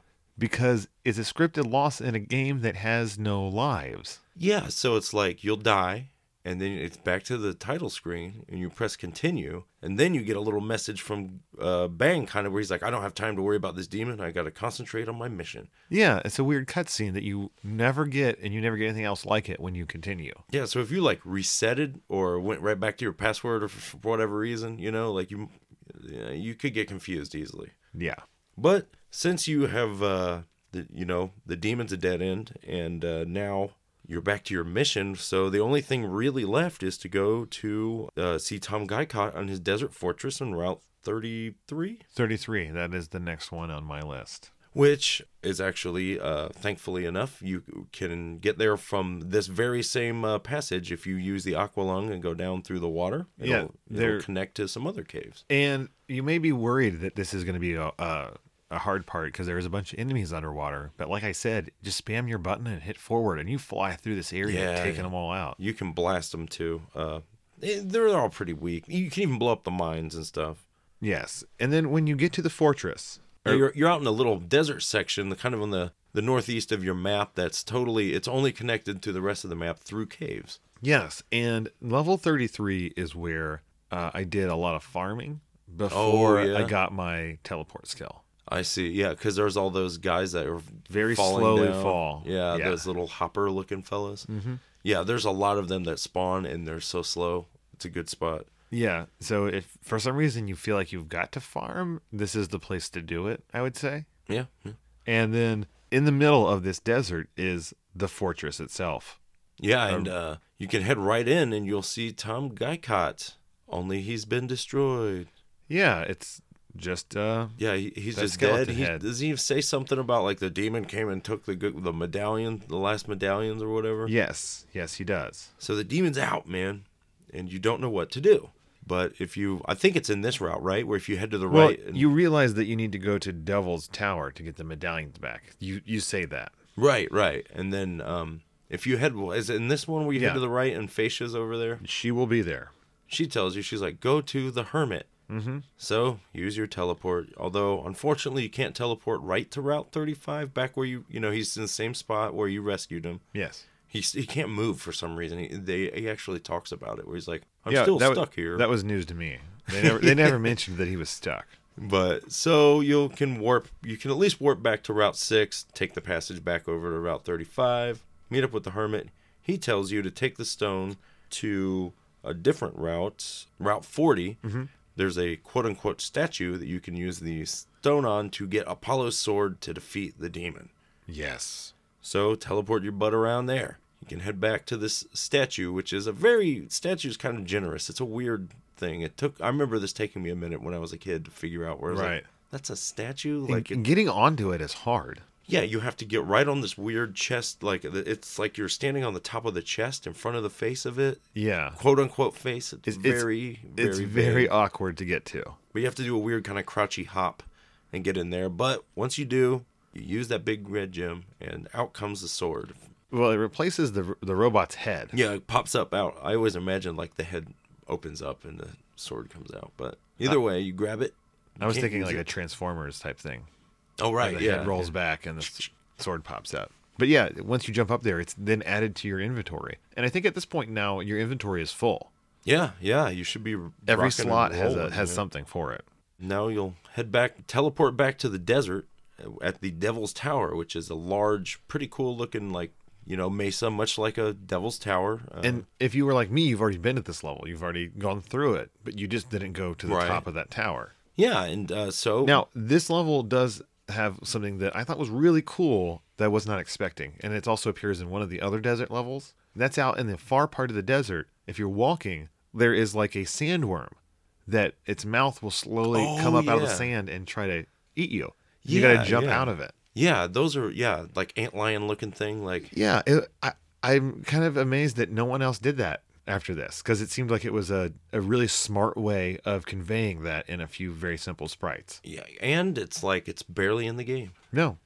S1: because it's a scripted loss in a game that has no lives.
S2: Yeah, so it's like you'll die, and then it's back to the title screen, and you press continue, and then you get a little message from uh, Bang, kind of where he's like, "I don't have time to worry about this demon. I got to concentrate on my mission."
S1: Yeah, it's a weird cutscene that you never get, and you never get anything else like it when you continue.
S2: Yeah, so if you like resetted or went right back to your password or for whatever reason, you know, like you, yeah, you could get confused easily.
S1: Yeah.
S2: But since you have, uh, the, you know, the demon's a dead end, and uh, now you're back to your mission, so the only thing really left is to go to uh, see Tom Guycott on his desert fortress on Route 33,
S1: 33, that is the next one on my list.
S2: which is actually, uh, thankfully enough, you can get there from this very same uh, passage if you use the aqualung and go down through the water. It'll,
S1: Yeah, there-
S2: it'll connect to some other caves.
S1: And you may be worried that this is going to be a, a, a hard part because there's a bunch of enemies underwater. But like I said, just spam your button and hit forward, and you fly through this area,
S2: Yeah,
S1: taking
S2: yeah.
S1: them all out.
S2: You can blast them too. Uh, eh, they're all pretty weak. You can even blow up the mines and stuff.
S1: Yes. And then when you get to the fortress,
S2: Yeah, you're you're out in a little desert section, the kind of on the the northeast of your map. That's totally it's only connected to the rest of the map through caves.
S1: yes. And level 33 is where uh, I did a lot of farming before
S2: Oh, yeah.
S1: I got my teleport skill.
S2: I see. Yeah, because there's all those guys that are
S1: Very
S2: falling
S1: slowly
S2: down.
S1: fall.
S2: Yeah,
S1: Yeah.
S2: those little hopper looking fellas. Mm-hmm. Yeah, there's a lot of them that spawn and they're so slow. It's a good spot.
S1: Yeah. So if for some reason you feel like you've got to farm, this is the place to do it, I would say.
S2: Yeah. yeah.
S1: And then in the middle of this desert is the fortress itself.
S2: Yeah, and uh, you can head right in and you'll see Tom Guycott. Only he's been destroyed.
S1: Yeah, it's just uh
S2: Yeah, he, he's
S1: That
S2: just dead.
S1: skeleton
S2: He,
S1: head.
S2: does he even say something about like the demon came and took the good- the medallion, the last medallions or whatever?
S1: yes, yes he does.
S2: So the demon's out, man, and you don't know what to do. But if you, I think it's in this route, right? Where if you head to the
S1: Well,
S2: right, and,
S1: you realize that you need to go to Devil's Tower to get the medallions back. You you say that.
S2: right, right, and then um, if you head, is it in this one where you
S1: Yeah.
S2: head to the right and Fascia's over there?
S1: She will be there.
S2: She tells you, she's like, go to the hermit. Mm-hmm. So use your teleport. Although unfortunately, you can't teleport right to Route 35, back where you, you know, he's in the same spot where you rescued him.
S1: Yes.
S2: He, he can't move for some reason. He, they, he actually talks about it where he's like, I'm
S1: yeah,
S2: still
S1: that
S2: stuck
S1: was,
S2: here.
S1: That was news to me. They never they never mentioned that he was stuck.
S2: but so you can warp, you can at least warp back to Route 6, take the passage back over to Route 35, meet up with the hermit. He
S1: Mm-hmm.
S2: tells you to take the stone to a different route, Route 40, there's a quote unquote statue that you can use the stone on to get Apollo's sword to defeat the demon.
S1: Yes.
S2: So teleport your butt around there. You can head back to this statue, which is a very statue's kind of generous. It's a weird thing. It took I remember this taking me a minute when I was a kid to figure out where I was like,
S1: Right.
S2: that's a statue. Like it,
S1: and getting onto it is hard.
S2: yeah, you have to get right on this weird chest. Like it's like you're standing on the top of the chest in front of the face of it,
S1: Yeah.
S2: quote unquote face. It's,
S1: It's- it's-
S2: very, very,
S1: It's very
S2: vague.
S1: awkward to get to.
S2: But you have to do a weird kind of crouchy hop and get in there. But once you do, you use that big red gem, and out comes the sword.
S1: Well, it replaces the the robot's head.
S2: Yeah, it pops up out. I always imagine like the head opens up and the sword comes out. But either way, you grab it.
S1: I was
S2: Can't
S1: thinking
S2: use
S1: like
S2: it.
S1: a Transformers type thing.
S2: Oh right,
S1: The
S2: yeah.
S1: head rolls back and the s- sword pops out. But yeah, once you jump up there, it's then added to your inventory. And I think at this point now, your inventory is full.
S2: Yeah, yeah. You should be
S1: Every
S2: rocking and
S1: slot has a,
S2: rolling,
S1: has
S2: man.
S1: something for it.
S2: Now you'll head back, teleport back to the desert uh, at the Devil's Tower, which is a large, pretty cool looking, like, you know, mesa, much like a Devil's Tower. Uh,
S1: And if you were like me, you've already been at this level. You've already gone through it, but you just didn't go to the
S2: Right.
S1: top of that tower.
S2: yeah, and uh, so.
S1: Now, this level does have something that I thought was really cool that I was not expecting. And it also appears in one of the other desert levels. That's out in the far part of the desert. If you're walking, there is like a sandworm that its mouth will slowly
S2: Oh,
S1: come up out of the
S2: yeah.
S1: sand and try to eat you. You
S2: Yeah,
S1: got to jump
S2: yeah.
S1: out of it.
S2: Yeah, those are, yeah, like antlion looking thing. Like,
S1: Yeah. It, I, I'm kind of amazed that no one else did that after this because it seemed like it was a, a really smart way of conveying that in a few very simple sprites.
S2: yeah, and it's like, it's barely in the game.
S1: No,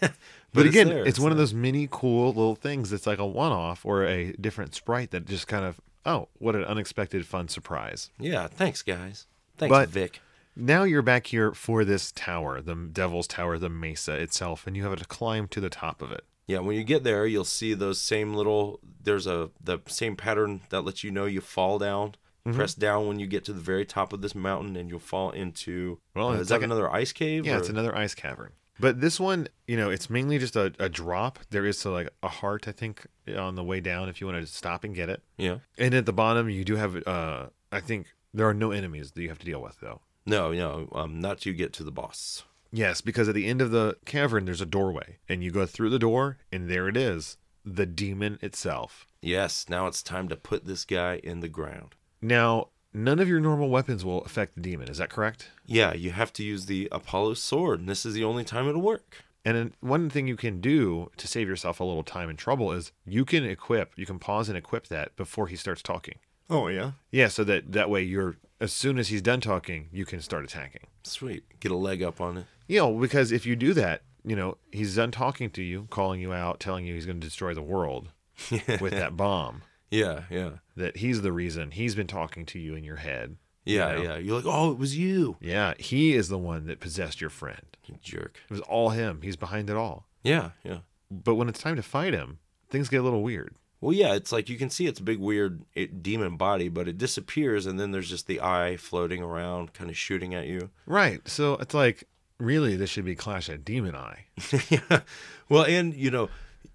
S2: But
S1: But,
S2: it's
S1: again,
S2: there,
S1: it's,
S2: it's
S1: one of those mini cool little things that's like a one off or a different sprite that just kind of, oh, what an unexpected fun surprise.
S2: Yeah, thanks, guys. Thanks,
S1: But-
S2: Vic.
S1: Now you're back here for this tower, the Devil's Tower, the Mesa itself, and you have to climb to the top of it.
S2: Yeah, when you get there, you'll see those same little. There's a the same pattern that lets you know you fall down.
S1: Mm-hmm.
S2: Press down when you get to the very top of this mountain, and you'll fall into.
S1: Well,
S2: uh,
S1: it's
S2: is that
S1: like a-
S2: another ice cave?
S1: Yeah, it's
S2: or-
S1: another ice cavern. But this one, you know, it's mainly just a, a drop. There is so like a heart, I think, on the way down if you want to stop and get it.
S2: yeah.
S1: And at the bottom, you do have, uh, I think, there are no enemies that you have to deal with though.
S2: No, no, um, not to get to the boss.
S1: Yes, because at the end of the cavern, there's a doorway, and you go through the door, and there it is the demon itself.
S2: Yes, now it's time to put this guy in the ground.
S1: Now, none of your normal weapons will affect the demon, is that correct?
S2: Yeah, you have to use the Apollo sword, and this is the only time it'll work.
S1: And then one thing you can do to save yourself a little time and trouble is you can equip, you can pause and equip that before he starts talking.
S2: Oh yeah,
S1: Yeah, so that that way you're as soon as he's done talking, you can start attacking.
S2: sweet. Get a leg up on it.
S1: You know, because if you do that, you know, he's done talking to you, calling you out, telling you he's going to destroy the world with that bomb.
S2: Yeah, yeah,
S1: that he's the reason he's been talking to you in your head.
S2: yeah,
S1: know?
S2: yeah. You're like, oh, it was you,
S1: Yeah, he is the one that possessed your friend.
S2: you jerk.
S1: It was all him. He's behind it all.
S2: Yeah, yeah.
S1: But when it's time to fight him, things get a little weird.
S2: Well, yeah, it's like you can see its a big weird it, demon body, but it disappears, and then there's just the eye floating around, kind of shooting at you.
S1: Right. So it's like, really, this should be Clash at Demon Eye.
S2: yeah. Well, and you know,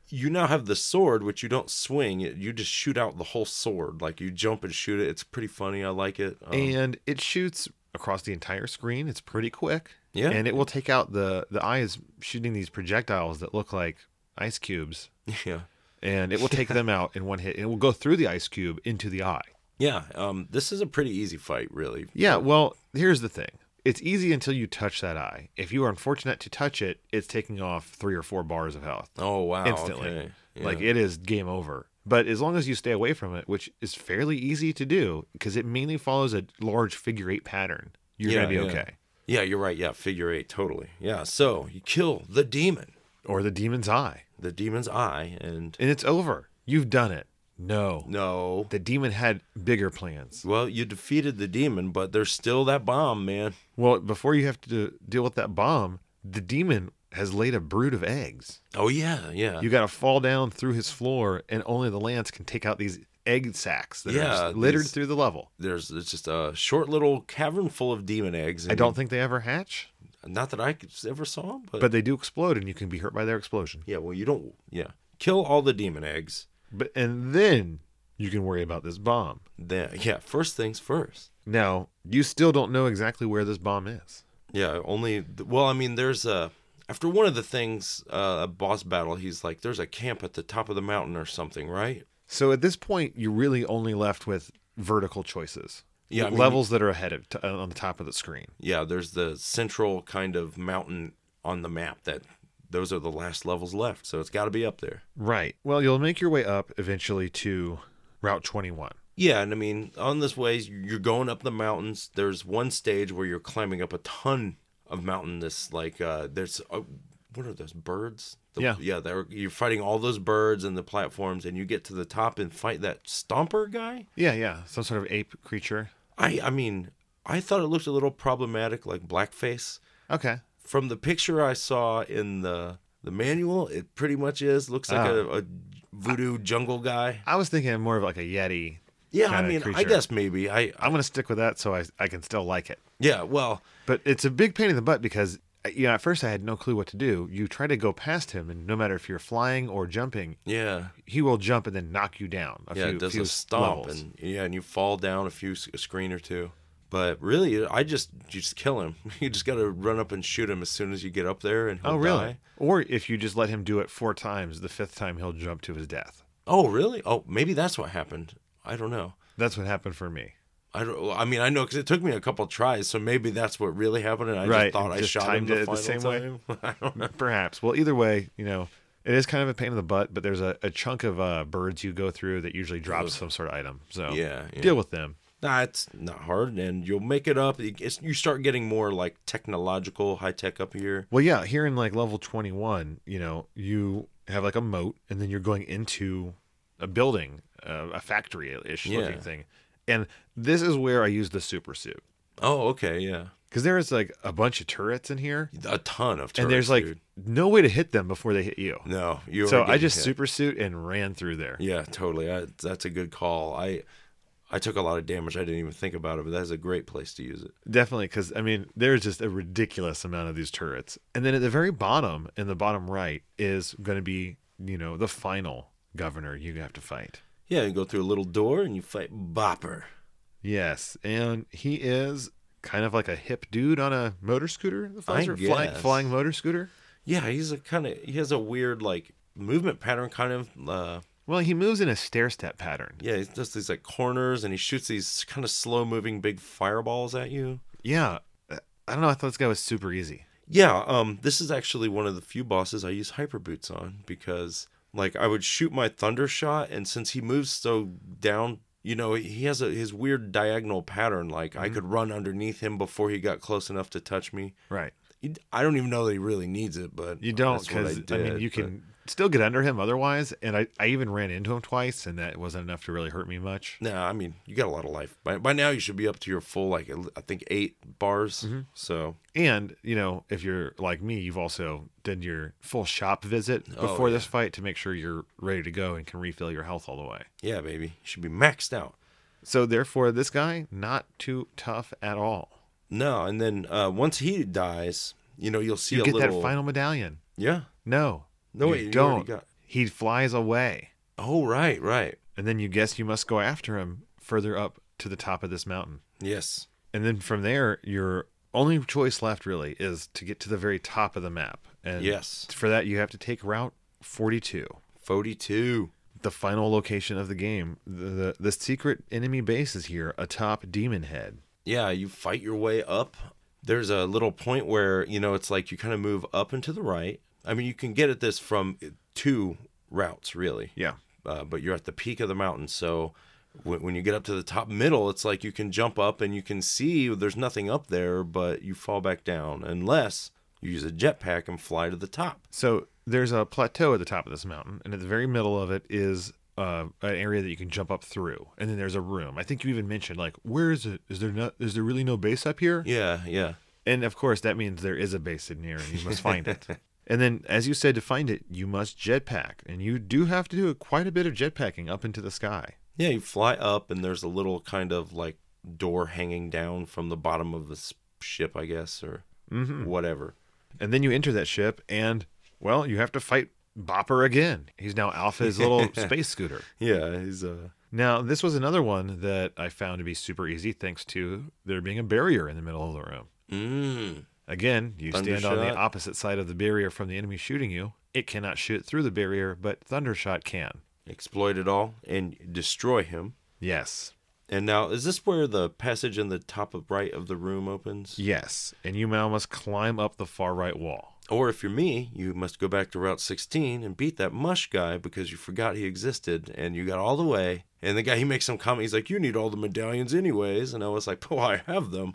S2: you now have the sword, which you don't swing; it, you just shoot out the whole sword. Like you jump and shoot it. It's pretty funny. I like it.
S1: Oh.
S2: Um,
S1: and it shoots across the entire screen. It's pretty quick.
S2: Yeah.
S1: And it will take out the, the eye is shooting these projectiles that look like ice cubes.
S2: yeah,
S1: And it will take them out in one hit. And it will go through the ice cube into the eye.
S2: yeah. Um, this is a pretty easy fight, really.
S1: Yeah, well, here's the thing. It's easy until you touch that eye. If you are unfortunate to touch it, it's taking off three or four bars of health
S2: Oh wow!
S1: instantly.
S2: okay. Yeah.
S1: Like it is game over. But as long as you stay away from it, which is fairly easy to do because it mainly follows a large figure eight pattern, you're
S2: Yeah,
S1: gonna be
S2: yeah.
S1: okay.
S2: yeah, you're right. Yeah, figure eight, totally. Yeah. So you kill the demon,
S1: Or the demon's eye,
S2: the demon's eye, and
S1: and it's over. You've done it. No,
S2: no,
S1: the demon had bigger plans.
S2: Well, you defeated the demon, but there's still that bomb, man.
S1: Well, before you have to deal with that bomb, the demon has laid a brood of eggs.
S2: Oh yeah, yeah.
S1: You got to fall down through his floor, and only the lance can take out these egg sacks that
S2: Yeah,
S1: are just littered
S2: these-
S1: through the level.
S2: there's it's just a short little cavern full of demon eggs.
S1: I
S2: and-
S1: don't think they ever hatch,
S2: Not that I could- ever saw 'em, but,
S1: but they do explode, and you can be hurt by their explosion.
S2: yeah. Well, you don't. Yeah. Kill all the demon eggs.
S1: But and then you can worry about this bomb.
S2: Then yeah. First things first.
S1: Now, you still don't know exactly where this bomb is.
S2: Yeah, only well, I mean, there's a after one of the things uh, a boss battle. He's like, "There's a camp at the top of the mountain or something, right?"
S1: So at this point, you're really only left with vertical choices.
S2: Yeah, I mean-
S1: levels that are ahead of t- uh, on the top of the screen.
S2: Yeah, there's the central kind of mountain on the map that those are the last levels left, so it's got to be up there.
S1: Right. Well, you'll make your way up eventually to Route 21.
S2: Yeah, and I mean, on this way, you're going up the mountains. There's one stage where you're climbing up a ton of mountain. This like, uh, there's uh what are those birds? The,
S1: Yeah.
S2: yeah. They're, you're fighting all those birds and the platforms, and you get to the top and fight that stomper guy.
S1: Yeah, yeah, some sort of ape creature.
S2: I, I mean, I thought it looked a little problematic, like blackface.
S1: Okay.
S2: from the picture I saw in the the manual, it pretty much is looks
S1: Ah.
S2: like a, a voodoo jungle guy.
S1: I was thinking more of like a yeti.
S2: Yeah, I
S1: kinda
S2: mean, I
S1: creature.
S2: guess maybe I, I
S1: I'm going to stick with that so I, I can still like it.
S2: yeah. Well,
S1: But it's a big pain in the butt because uh, you know at first I had no clue what to do. You try to go past him, and no matter if you're flying or jumping,
S2: yeah,
S1: he will jump and then knock you down. A
S2: yeah.
S1: few,
S2: it does
S1: few
S2: a stomp
S1: levels.
S2: and yeah, and you fall down a few s- a screen or two. But really, I just you just kill him. You just got to run up and shoot him as soon as you get up there, and he'll
S1: oh really?
S2: die.
S1: Or if you just let him do it four times, the fifth time he'll jump to his death.
S2: Oh really? Oh maybe that's what happened. I don't know.
S1: That's what happened for me.
S2: I don't. I mean, I know because it took me a couple tries, so maybe that's what really happened. And I
S1: Right,
S2: just thought
S1: and
S2: I
S1: just
S2: shot him
S1: timed
S2: the,
S1: it the
S2: final
S1: same way.
S2: time. I don't know.
S1: Perhaps. Well, either way, you know. It is kind of a pain in the butt, but there's a, a chunk of uh, birds you go through that usually drops some sort of item. So
S2: Yeah, yeah.
S1: deal with them.
S2: Nah, it's not hard, and you'll make it up. It's, you start getting more like technological, high tech up here.
S1: Well, yeah, here in like level 21, you know, you have like a moat and then you're going into a building, uh, a factory ish
S2: Yeah.
S1: looking thing. And this is where I use the super suit
S2: Oh, okay, yeah,
S1: because there is like a bunch of turrets in here
S2: a ton of turrets.
S1: and there's like
S2: dude.
S1: no way to hit them before they hit you.
S2: no, you.
S1: so
S2: are
S1: I
S2: getting
S1: just
S2: hit.
S1: super suit and ran through there.
S2: Yeah, totally. I, that's a good call. I, I took a lot of damage. I didn't even think about it, but that's a great place to use it.
S1: Definitely, because I mean, there's just a ridiculous amount of these turrets. And then at the very bottom, in the bottom right, is going to be, you know, the final governor you have to fight.
S2: Yeah, you go through a little door and you fight Bopper.
S1: Yes, and he is kind of like a hip dude on a motor scooter, the flies
S2: I
S1: are flying,
S2: guess.
S1: flying motor scooter.
S2: Yeah, he's a kind of he has a weird like movement pattern, kind of. Uh,
S1: Well, he moves in a stair step pattern.
S2: yeah, he does these like corners, and he shoots these kind of slow moving big fireballs at you.
S1: Yeah, uh, I don't know. I thought this guy was super easy.
S2: Yeah, um, this is actually one of the few bosses I use hyper boots on because like I would shoot my thunder shot, and since he moves so down, you know, he has a his weird diagonal pattern. Like
S1: Mm-hmm.
S2: I could run underneath him before he got close enough to touch me.
S1: Right.
S2: He- I don't even know that he really needs it, but
S1: You don't
S2: that's what
S1: because I, mean
S2: did,
S1: you
S2: but-
S1: can still get under him otherwise. And I, I even ran into him twice, and that wasn't enough to really hurt me much.
S2: No, I mean you got a lot of life. By, by now you should be up to your full like el- I think eight bars.
S1: Mm-hmm.
S2: So
S1: And you know, if you're like me, you've also done your full shop visit
S2: Oh,
S1: before this fight to make sure you're ready to go and can refill your health all the way.
S2: yeah, baby, you should be maxed out.
S1: So therefore, this guy not too tough at all.
S2: No, and then uh, once he dies, you know you'll see
S1: You
S2: a
S1: get
S2: little
S1: that final medallion.
S2: yeah.
S1: No,
S2: No,
S1: you
S2: wait, you already
S1: don't.
S2: got-
S1: He flies away,
S2: Oh right, right.
S1: and then you guess you must go after him further up to the top of this mountain.
S2: Yes.
S1: And then from there, your only choice left really is to get to the very top of the map. And
S2: Yes.
S1: for that, you have to take Route 42,
S2: Forty two.
S1: the final location of the game. The, the, the secret enemy base is here atop Demon Head.
S2: Yeah, you fight your way up. There's a little point where, you know, it's like you kind of move up and to the right. I mean, you can get at this from two routes, really.
S1: Yeah.
S2: uh, but you're at the peak of the mountain. So when, when you get up to the top middle, it's like you can jump up and you can see there's nothing up there, but you fall back down unless you use a jetpack and fly to the top.
S1: So there's a plateau at the top of this mountain, and at the very middle of it is uh, an area that you can jump up through. And then there's a room. I think you even mentioned like, where is it? Is there no? Is there really no base up here?
S2: Yeah, yeah.
S1: And of course, that means there is a base in here, and you must find it. And then, as you said, to find it, you must jetpack, and you do have to do quite a bit of jetpacking up into the sky.
S2: Yeah, you fly up and there's a little kind of like door hanging down from the bottom of the s- ship, I guess, or whatever.
S1: And then you enter that ship, and well, you have to fight Bopper again. He's now Alpha's little space scooter.
S2: Yeah, he's uh
S1: Now, this was another one that I found to be super easy thanks to there being a barrier in the middle of the room.
S2: Mm.
S1: Again, you stand on the
S2: Thundershot.
S1: opposite side of the barrier from the enemy shooting you. It cannot shoot through the barrier, but Thundershot can.
S2: Exploit it all and destroy him.
S1: Yes.
S2: And now, is this where the passage in the top of right of the room opens?
S1: Yes. And you now must climb up the far right wall.
S2: Or if you're me, you must go back to Route 16 and beat that mush guy because you forgot he existed and you got all the way. And the guy, he makes some comment. He's like, You need all the medallions, anyways. And I was like, Oh, I have them.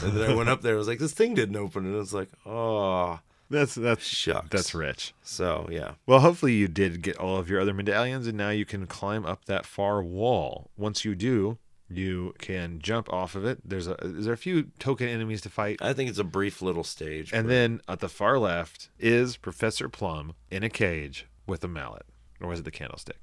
S2: And then I went up there. I was like, This thing didn't open. And I was like, Oh,
S1: That's that's
S2: shucks.
S1: that's rich.
S2: So, yeah.
S1: Well, hopefully you did get all of your other medallions and now you can climb up that far wall. Once you do, you can jump off of it. There's a there's a few token enemies to fight.
S2: I think it's a brief little stage.
S1: And
S2: where-
S1: then at the far left is Professor Plum in a cage with a mallet, or was it the candlestick?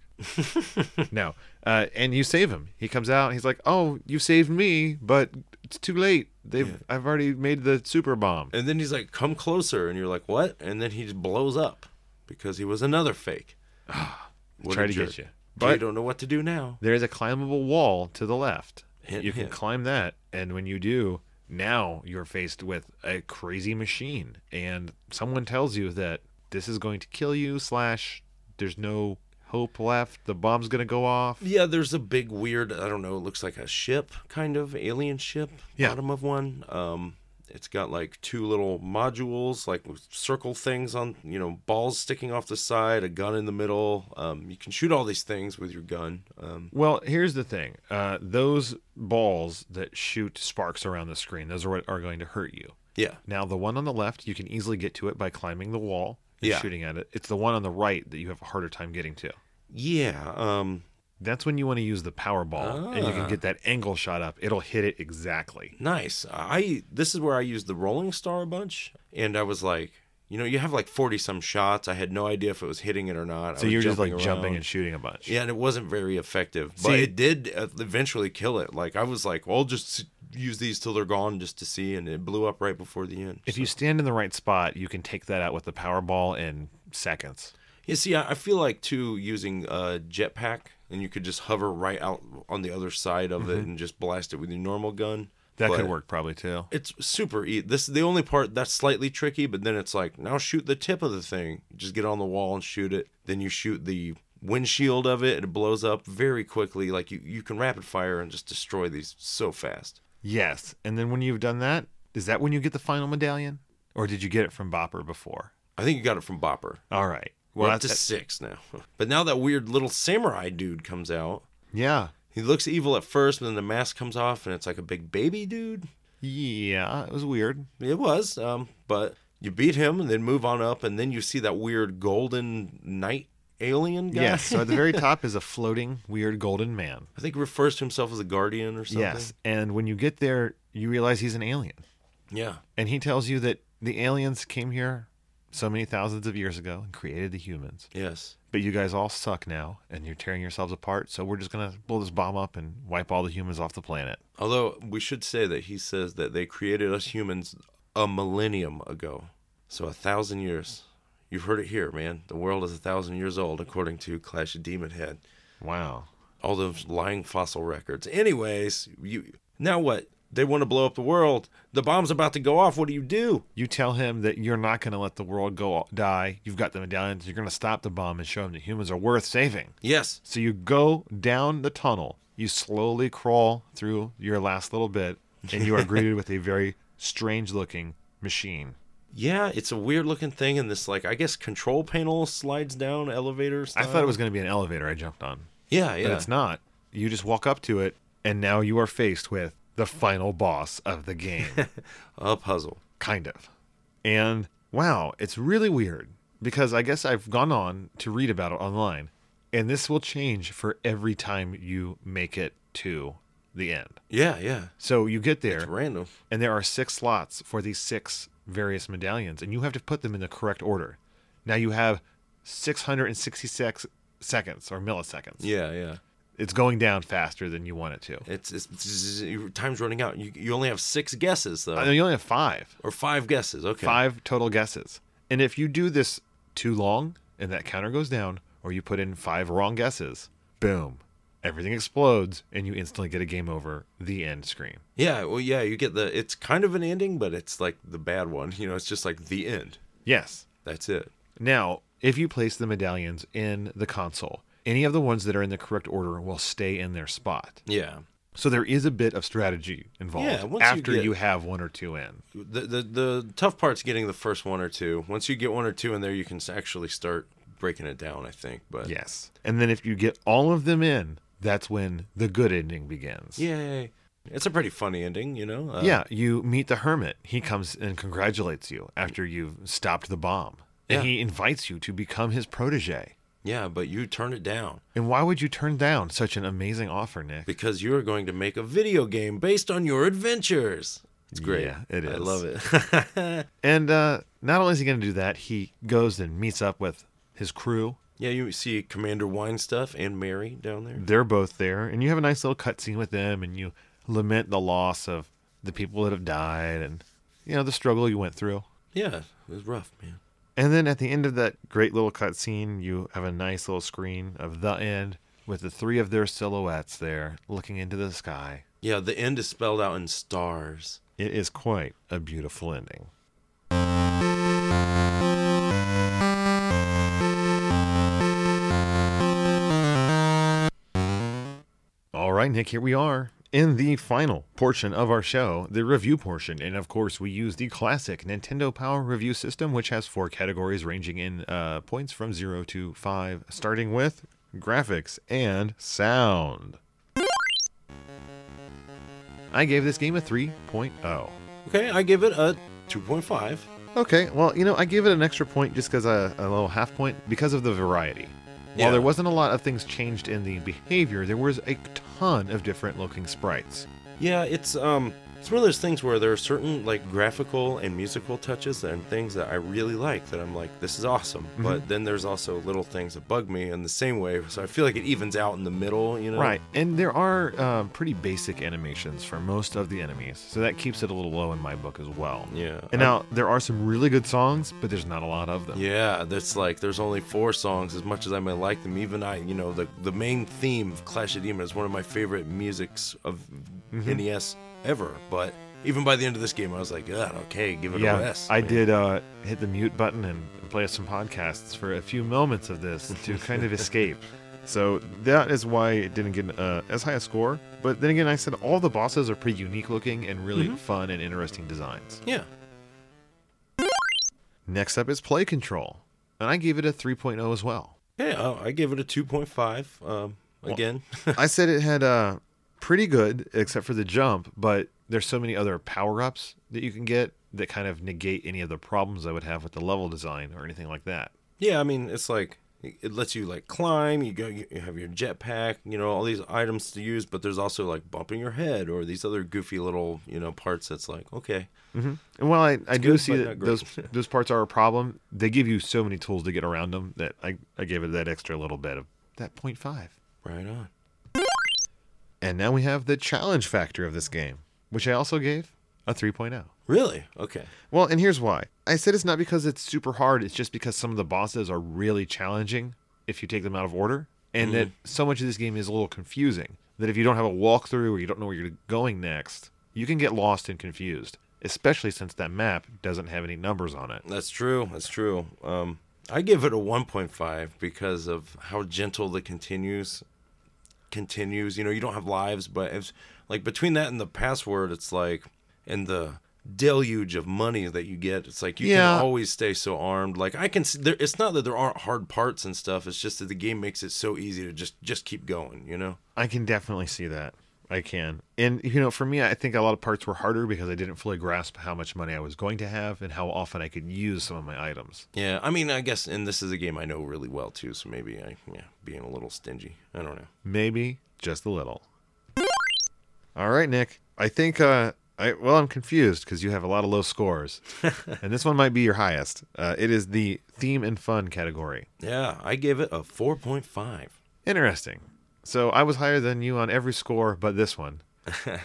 S1: no. Uh, and you save him. He comes out. And he's like, "Oh, you saved me, but it's too late. They've I've already made the super bomb."
S2: And then he's like, Come closer. And you're like, What? And then he just blows up because he was another fake. What
S1: Try
S2: a
S1: to
S2: jerk.
S1: get you.
S2: But you
S1: But
S2: don't know what to do now.
S1: there is a climbable wall to the left.
S2: Hint,
S1: you can
S2: hint.
S1: climb that, and when you do, now you're faced with a crazy machine, and someone tells you that this is going to kill you. Slash, there's no hope left. The bomb's gonna go off.
S2: Yeah, there's a big weird. I don't know. It looks like a ship, kind of alien ship.
S1: Yeah.
S2: Bottom of one. Um, it's got like two little modules, like with circle things on, you know, balls sticking off the side, a gun in the middle. Um, you can shoot all these things with your gun. Um,
S1: Well, here's the thing. Uh, those balls that shoot sparks around the screen, those are what are going to hurt you.
S2: yeah.
S1: Now, the one on the left, you can easily get to it by climbing the wall and
S2: Yeah.
S1: shooting at it. It's the one on the right that you have a harder time getting to.
S2: Yeah. Um,
S1: That's when you want to use the power ball, and you
S2: Ah.
S1: can get that angle shot up. It'll hit it exactly.
S2: nice. I this is where I used the Rolling Star a bunch, and I was like, you know, you have like forty some shots. I had no idea if it was hitting it or not. I
S1: So
S2: was
S1: you're just like
S2: around.
S1: jumping and shooting a bunch.
S2: Yeah, and it wasn't very effective, but
S1: See-
S2: it did uh, eventually kill it. Like I was like, well, I'll just s- use these till they're gone, just to see, and it blew up right before the end.
S1: If you stand in the right spot, you can take that out with the power ball in seconds.
S2: Yeah, see, I I feel like too using a jetpack, and you could just hover right out on the other side of it and just blast it with your normal gun.
S1: That could
S2: But
S1: work probably too.
S2: It's super. E- this is the only part that's slightly tricky, but then it's like now shoot the tip of the thing. Just get on the wall and shoot it. Then you shoot the windshield of it, and it blows up very quickly. Like you, you can rapid fire and just destroy these so fast.
S1: Yes. And then when you've done that, is that when you get the final medallion? Or did you get it from Bopper before?
S2: I think you got it from Bopper.
S1: All right.
S2: We're
S1: Well,
S2: up to
S1: that's,
S2: six now. But now that weird little samurai dude comes out.
S1: yeah.
S2: He looks evil at first, but then the mask comes off, and it's like a big baby dude.
S1: Yeah, it was weird.
S2: It was, um, but you beat him, and then move on up, and then you see that weird golden knight alien guy.
S1: Yes. So at the very top is a floating, weird golden man.
S2: I think he refers to himself as a guardian or something.
S1: Yes. And when you get there, you realize he's an alien.
S2: Yeah.
S1: And he tells you that the aliens came here so many thousands of years ago and created the humans.
S2: Yes.
S1: But you guys all suck now and you're tearing yourselves apart. So we're just going to blow this bomb up and wipe all the humans off the planet.
S2: Although we should say that he says that they created us humans a millennium ago. So a thousand years. You've heard it here, man. The world is a thousand years old, according to Clash of Demon Head.
S1: Wow.
S2: All those lying fossil records. Anyways, you now what? They want to blow up the world. The bomb's about to go off. What do you do?
S1: You tell him that you're not going to let the world go die. You've got the medallions. You're going to stop the bomb and show him that humans are worth saving.
S2: Yes.
S1: So you go down the tunnel. You slowly crawl through your last little bit, and you are greeted with a very strange looking machine.
S2: Yeah, it's a weird looking thing, and this like I guess control panel slides down elevator.
S1: I
S2: Style.
S1: thought it was going to be an elevator I jumped on,
S2: Yeah,
S1: but
S2: Uh, yeah.
S1: it's not. You just walk up to it, and now you are faced with the final boss of the game.
S2: a puzzle.
S1: kind of. And wow, it's really weird because I guess I've gone on to read about it online, and this will change for every time you make it to the end.
S2: Yeah, yeah.
S1: So you get
S2: It's
S1: there,
S2: random.
S1: and there are six slots for these six various medallions, and you have to put them in the correct order. Now you have 666 seconds or milliseconds.
S2: Yeah, yeah.
S1: It's going down faster than you want it to.
S2: It's, it's, it's- your time's running out. You, you only have six guesses though,
S1: I know you only have five.
S2: or five guesses. Okay.
S1: five total guesses. And if you do this too long and that counter goes down, or you put in five wrong guesses, boom, everything explodes, and you instantly get a game over. The end screen.
S2: Yeah, well, yeah, you get the. It's kind of an ending, but it's like the bad one. You know, it's just like the end.
S1: Yes.
S2: That's it.
S1: Now, if you place the medallions in the console, any of the ones that are in the correct order will stay in their spot.
S2: Yeah.
S1: So there is a bit of strategy involved
S2: Yeah, once you
S1: after you,
S2: get-
S1: have one or two in.
S2: The, the the tough part's getting the first one or two. Once you get one or two in there, you can s- actually start breaking it down. I think, but
S1: Yes. And then if you get all of them in, that's when the good ending begins.
S2: yay, it's a pretty funny ending. You know. Uh,
S1: Yeah, you meet the hermit. He comes and congratulates you after you've stopped the bomb. And
S2: Yeah.
S1: he invites you to become his protege.
S2: Yeah, but you turn it down
S1: And why would you turn down such an amazing offer, Nick?
S2: because you are going to make a video game based on your adventures. It's great.
S1: Yeah, it
S2: I
S1: is.
S2: love it.
S1: And uh, not only is he going to do that, he goes and meets up with his crew.
S2: yeah, you see Commander Wine stuff and Mary down there.
S1: They're both there, and you have a nice little cutscene with them, and you lament the loss of the people that have died, and you know the struggle you went through.
S2: Yeah, it was rough, man.
S1: And then at the end of that great little cutscene, you have a nice little screen of the end with the three of their silhouettes there looking into the sky.
S2: Yeah, the end is spelled out in stars.
S1: It is quite a beautiful ending. All right, Nick, here we are in the final portion of our show, the review portion. And of course, we use the classic Nintendo Power Review System, which has four categories ranging in uh, points from zero to five, starting with graphics and sound. I gave this game a oh. 3.0.
S2: Okay, I give it a 2.5.
S1: Okay, well, you know, I gave it an extra point just because a, a little half point because of the variety. While
S2: Yeah.
S1: there wasn't a lot of things changed in the behavior, there was a ton of different looking sprites.
S2: Yeah, it's um it's one of those things where there are certain like graphical and musical touches and things that I really like that I'm like this is awesome.
S1: Mm-hmm.
S2: But then there's also little things that bug me in the same way, so I feel like it evens out in the middle, you know.
S1: Right, and there are um, pretty basic animations for most of the enemies, so that keeps it a little low in my book as well.
S2: Yeah.
S1: And
S2: I-
S1: now there are some really good songs, but there's not a lot of them.
S2: yeah, that's like there's only four songs. As much as I may like them, even I, you know, the the main theme of Clash of Demons is one of my favorite musics of
S1: Mm-hmm.
S2: NES ever. But even by the end of this game, I was like, "Ugh, okay, give it a
S1: Yeah,
S2: rest."
S1: I
S2: man."
S1: did uh, hit the mute button and play some podcasts for a few moments of this to kind of escape. So that is why it didn't get uh, as high a score. But then again, I said all the bosses are pretty unique looking and really fun and interesting designs.
S2: Yeah.
S1: Next up is play control, and I gave it a 3.0 as well.
S2: Yeah, oh, I- I gave it a 2.5. Um, again,
S1: I said it had uh, pretty good, except for the jump, but there's so many other power ups that you can get that kind of negate any of the problems I would have with the level design or anything like that.
S2: yeah, I mean, it's like it lets you like climb. You go, you have your jetpack. You know, all these items to use, but there's also like bumping your head or these other goofy little you know parts. That's like okay,
S1: And while I, I do
S2: good,
S1: see
S2: but
S1: that
S2: not great.
S1: those those parts are a problem, they give you so many tools to get around them that I, I gave it that extra little bit of that 0.5.
S2: right on.
S1: And now we have the challenge factor of this game, which I also gave a 3.0.
S2: Really? Okay.
S1: Well, and here's why. I said it's not because it's super hard, it's just because some of the bosses are really challenging if you take them out of order, and
S2: Mm-hmm.
S1: that so much of this game is a little confusing that if you don't have a walkthrough or you don't know where you're going next, you can get lost and confused, especially since that map doesn't have any numbers on it.
S2: That's true. That's true. Um, I give it a 1.5 because of how gentle the continues continues. You know, you don't have lives, but it's like between that and the password, it's like and the deluge of money that you get. It's like you
S1: Yeah.
S2: can always stay so armed. Like I can. s- There, it's not that there aren't hard parts and stuff. It's just that the game makes it so easy to just just keep going. You know.
S1: I can definitely see that. I can. And, you know, for me, I think a lot of parts were harder because I didn't fully grasp how much money I was going to have and how often I could use some of my items.
S2: Yeah. I mean, I guess, and this is a game I know really well too. So maybe I, yeah, being a little stingy. I don't know.
S1: Maybe just a little. All right, Nick. I think, uh, I, well, I'm confused because you have a lot of low scores. and this one might be your highest. Uh, it is the theme and fun category.
S2: Yeah, I give it a 4.5.
S1: Interesting. So I was higher than you on every score but this one.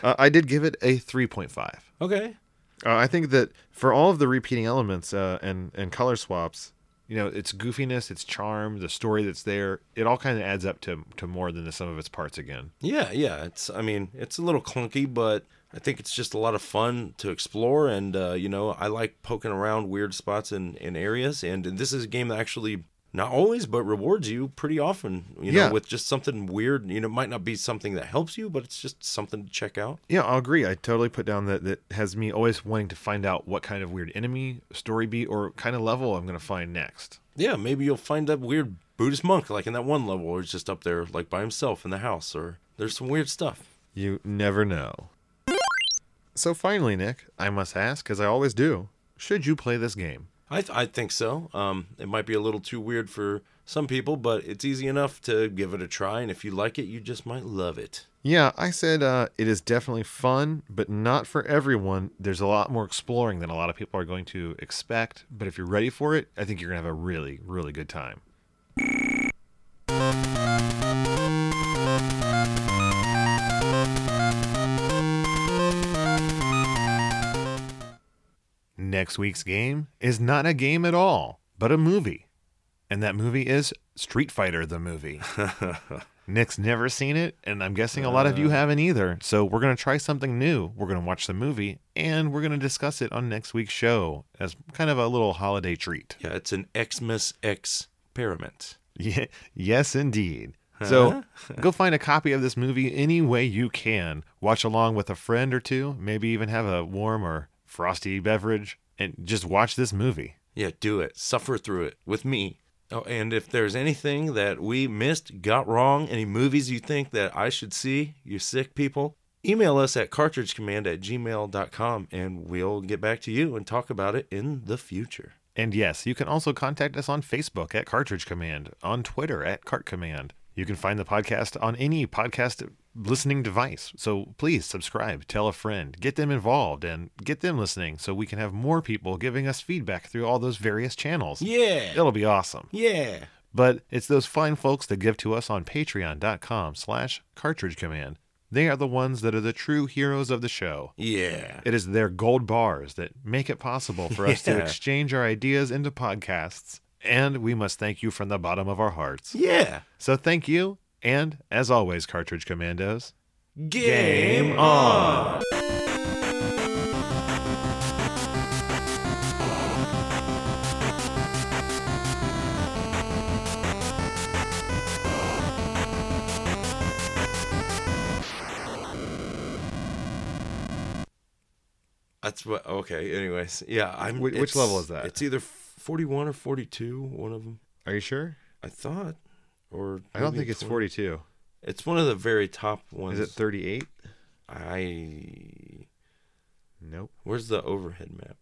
S1: uh, I did give it a 3.5.
S2: Okay.
S1: Uh, I think that for all of the repeating elements uh, and and color swaps, you know its goofiness its charm the story that's there it all kind of adds up to to more than the sum of its parts again
S2: Yeah, yeah. It's I mean, it's a little clunky, but I think it's just a lot of fun to explore and uh, you know, I like poking around weird spots and, and areas and this is a game that actually not always but rewards you pretty often, you know,
S1: Yeah.
S2: with just something weird. You know, it might not be something that helps you, but it's just something to check out.
S1: yeah i'll agree i totally put down that that has me always wanting to find out what kind of weird enemy story beat or kind of level i'm going to find next
S2: Yeah, maybe you'll find that weird Buddhist monk like in that one level or he's just up there like by himself in the house or there's some weird stuff.
S1: you never know so finally nick i must ask as i always do should you play this game
S2: I th- I think so. Um, it might be a little too weird for some people, but it's easy enough to give it a try, and if you like it, you just might love it.
S1: Yeah, I said uh, it is definitely fun, but not for everyone. There's a lot more exploring than a lot of people are going to expect. But if you're ready for it, I think you're going to have a really, really good time. Next week's game is not a game at all, but a movie. And that movie is Street Fighter the movie. Nick's never seen it, and I'm guessing a lot of you haven't either. So we're gonna try something new. We're gonna watch the movie, and we're gonna discuss it on next week's show as kind of a little holiday treat.
S2: Yeah, it's an Xmas experiment.
S1: Ye- yes, indeed. So go find a copy of this movie any way you can. Watch along with a friend or two. Maybe even have a warm or frosty beverage, and just watch this movie.
S2: Yeah, do it. Suffer through it with me. Oh, and if there's anything that we missed, got wrong, any movies you think that I should see, you sick people, email us at cartridgecommand at gmail.com and we'll get back to you and talk about it in the future.
S1: And yes, you can also contact us on Facebook at Cartridge Command, on Twitter at Cart Command. You can find the podcast on any podcast listening device. So please subscribe, tell a friend, get them involved, and get them listening so we can have more people giving us feedback through all those various channels.
S2: Yeah.
S1: It'll be awesome.
S2: Yeah.
S1: But it's those fine folks that give to us on patreon.com slash cartridge command. They are the ones that are the true heroes of the show.
S2: Yeah.
S1: It is their gold bars that make it possible for us to
S2: Yeah.
S1: exchange our ideas into podcasts. And we must thank you from the bottom of our hearts.
S2: Yeah.
S1: So thank you. And as always, Cartridge Commandos.
S2: Game on. That's what. Okay. Anyways, yeah. I'm.
S1: Wh- which
S2: it's-
S1: level is that?
S2: It's either forty-one or forty-two. One of them,
S1: Are you sure?
S2: I thought. Or
S1: I don't
S2: maybe
S1: think it's
S2: 20.
S1: 42.
S2: It's one of the very top ones.
S1: Is it 38?
S2: I
S1: Nope.
S2: where's the overhead map?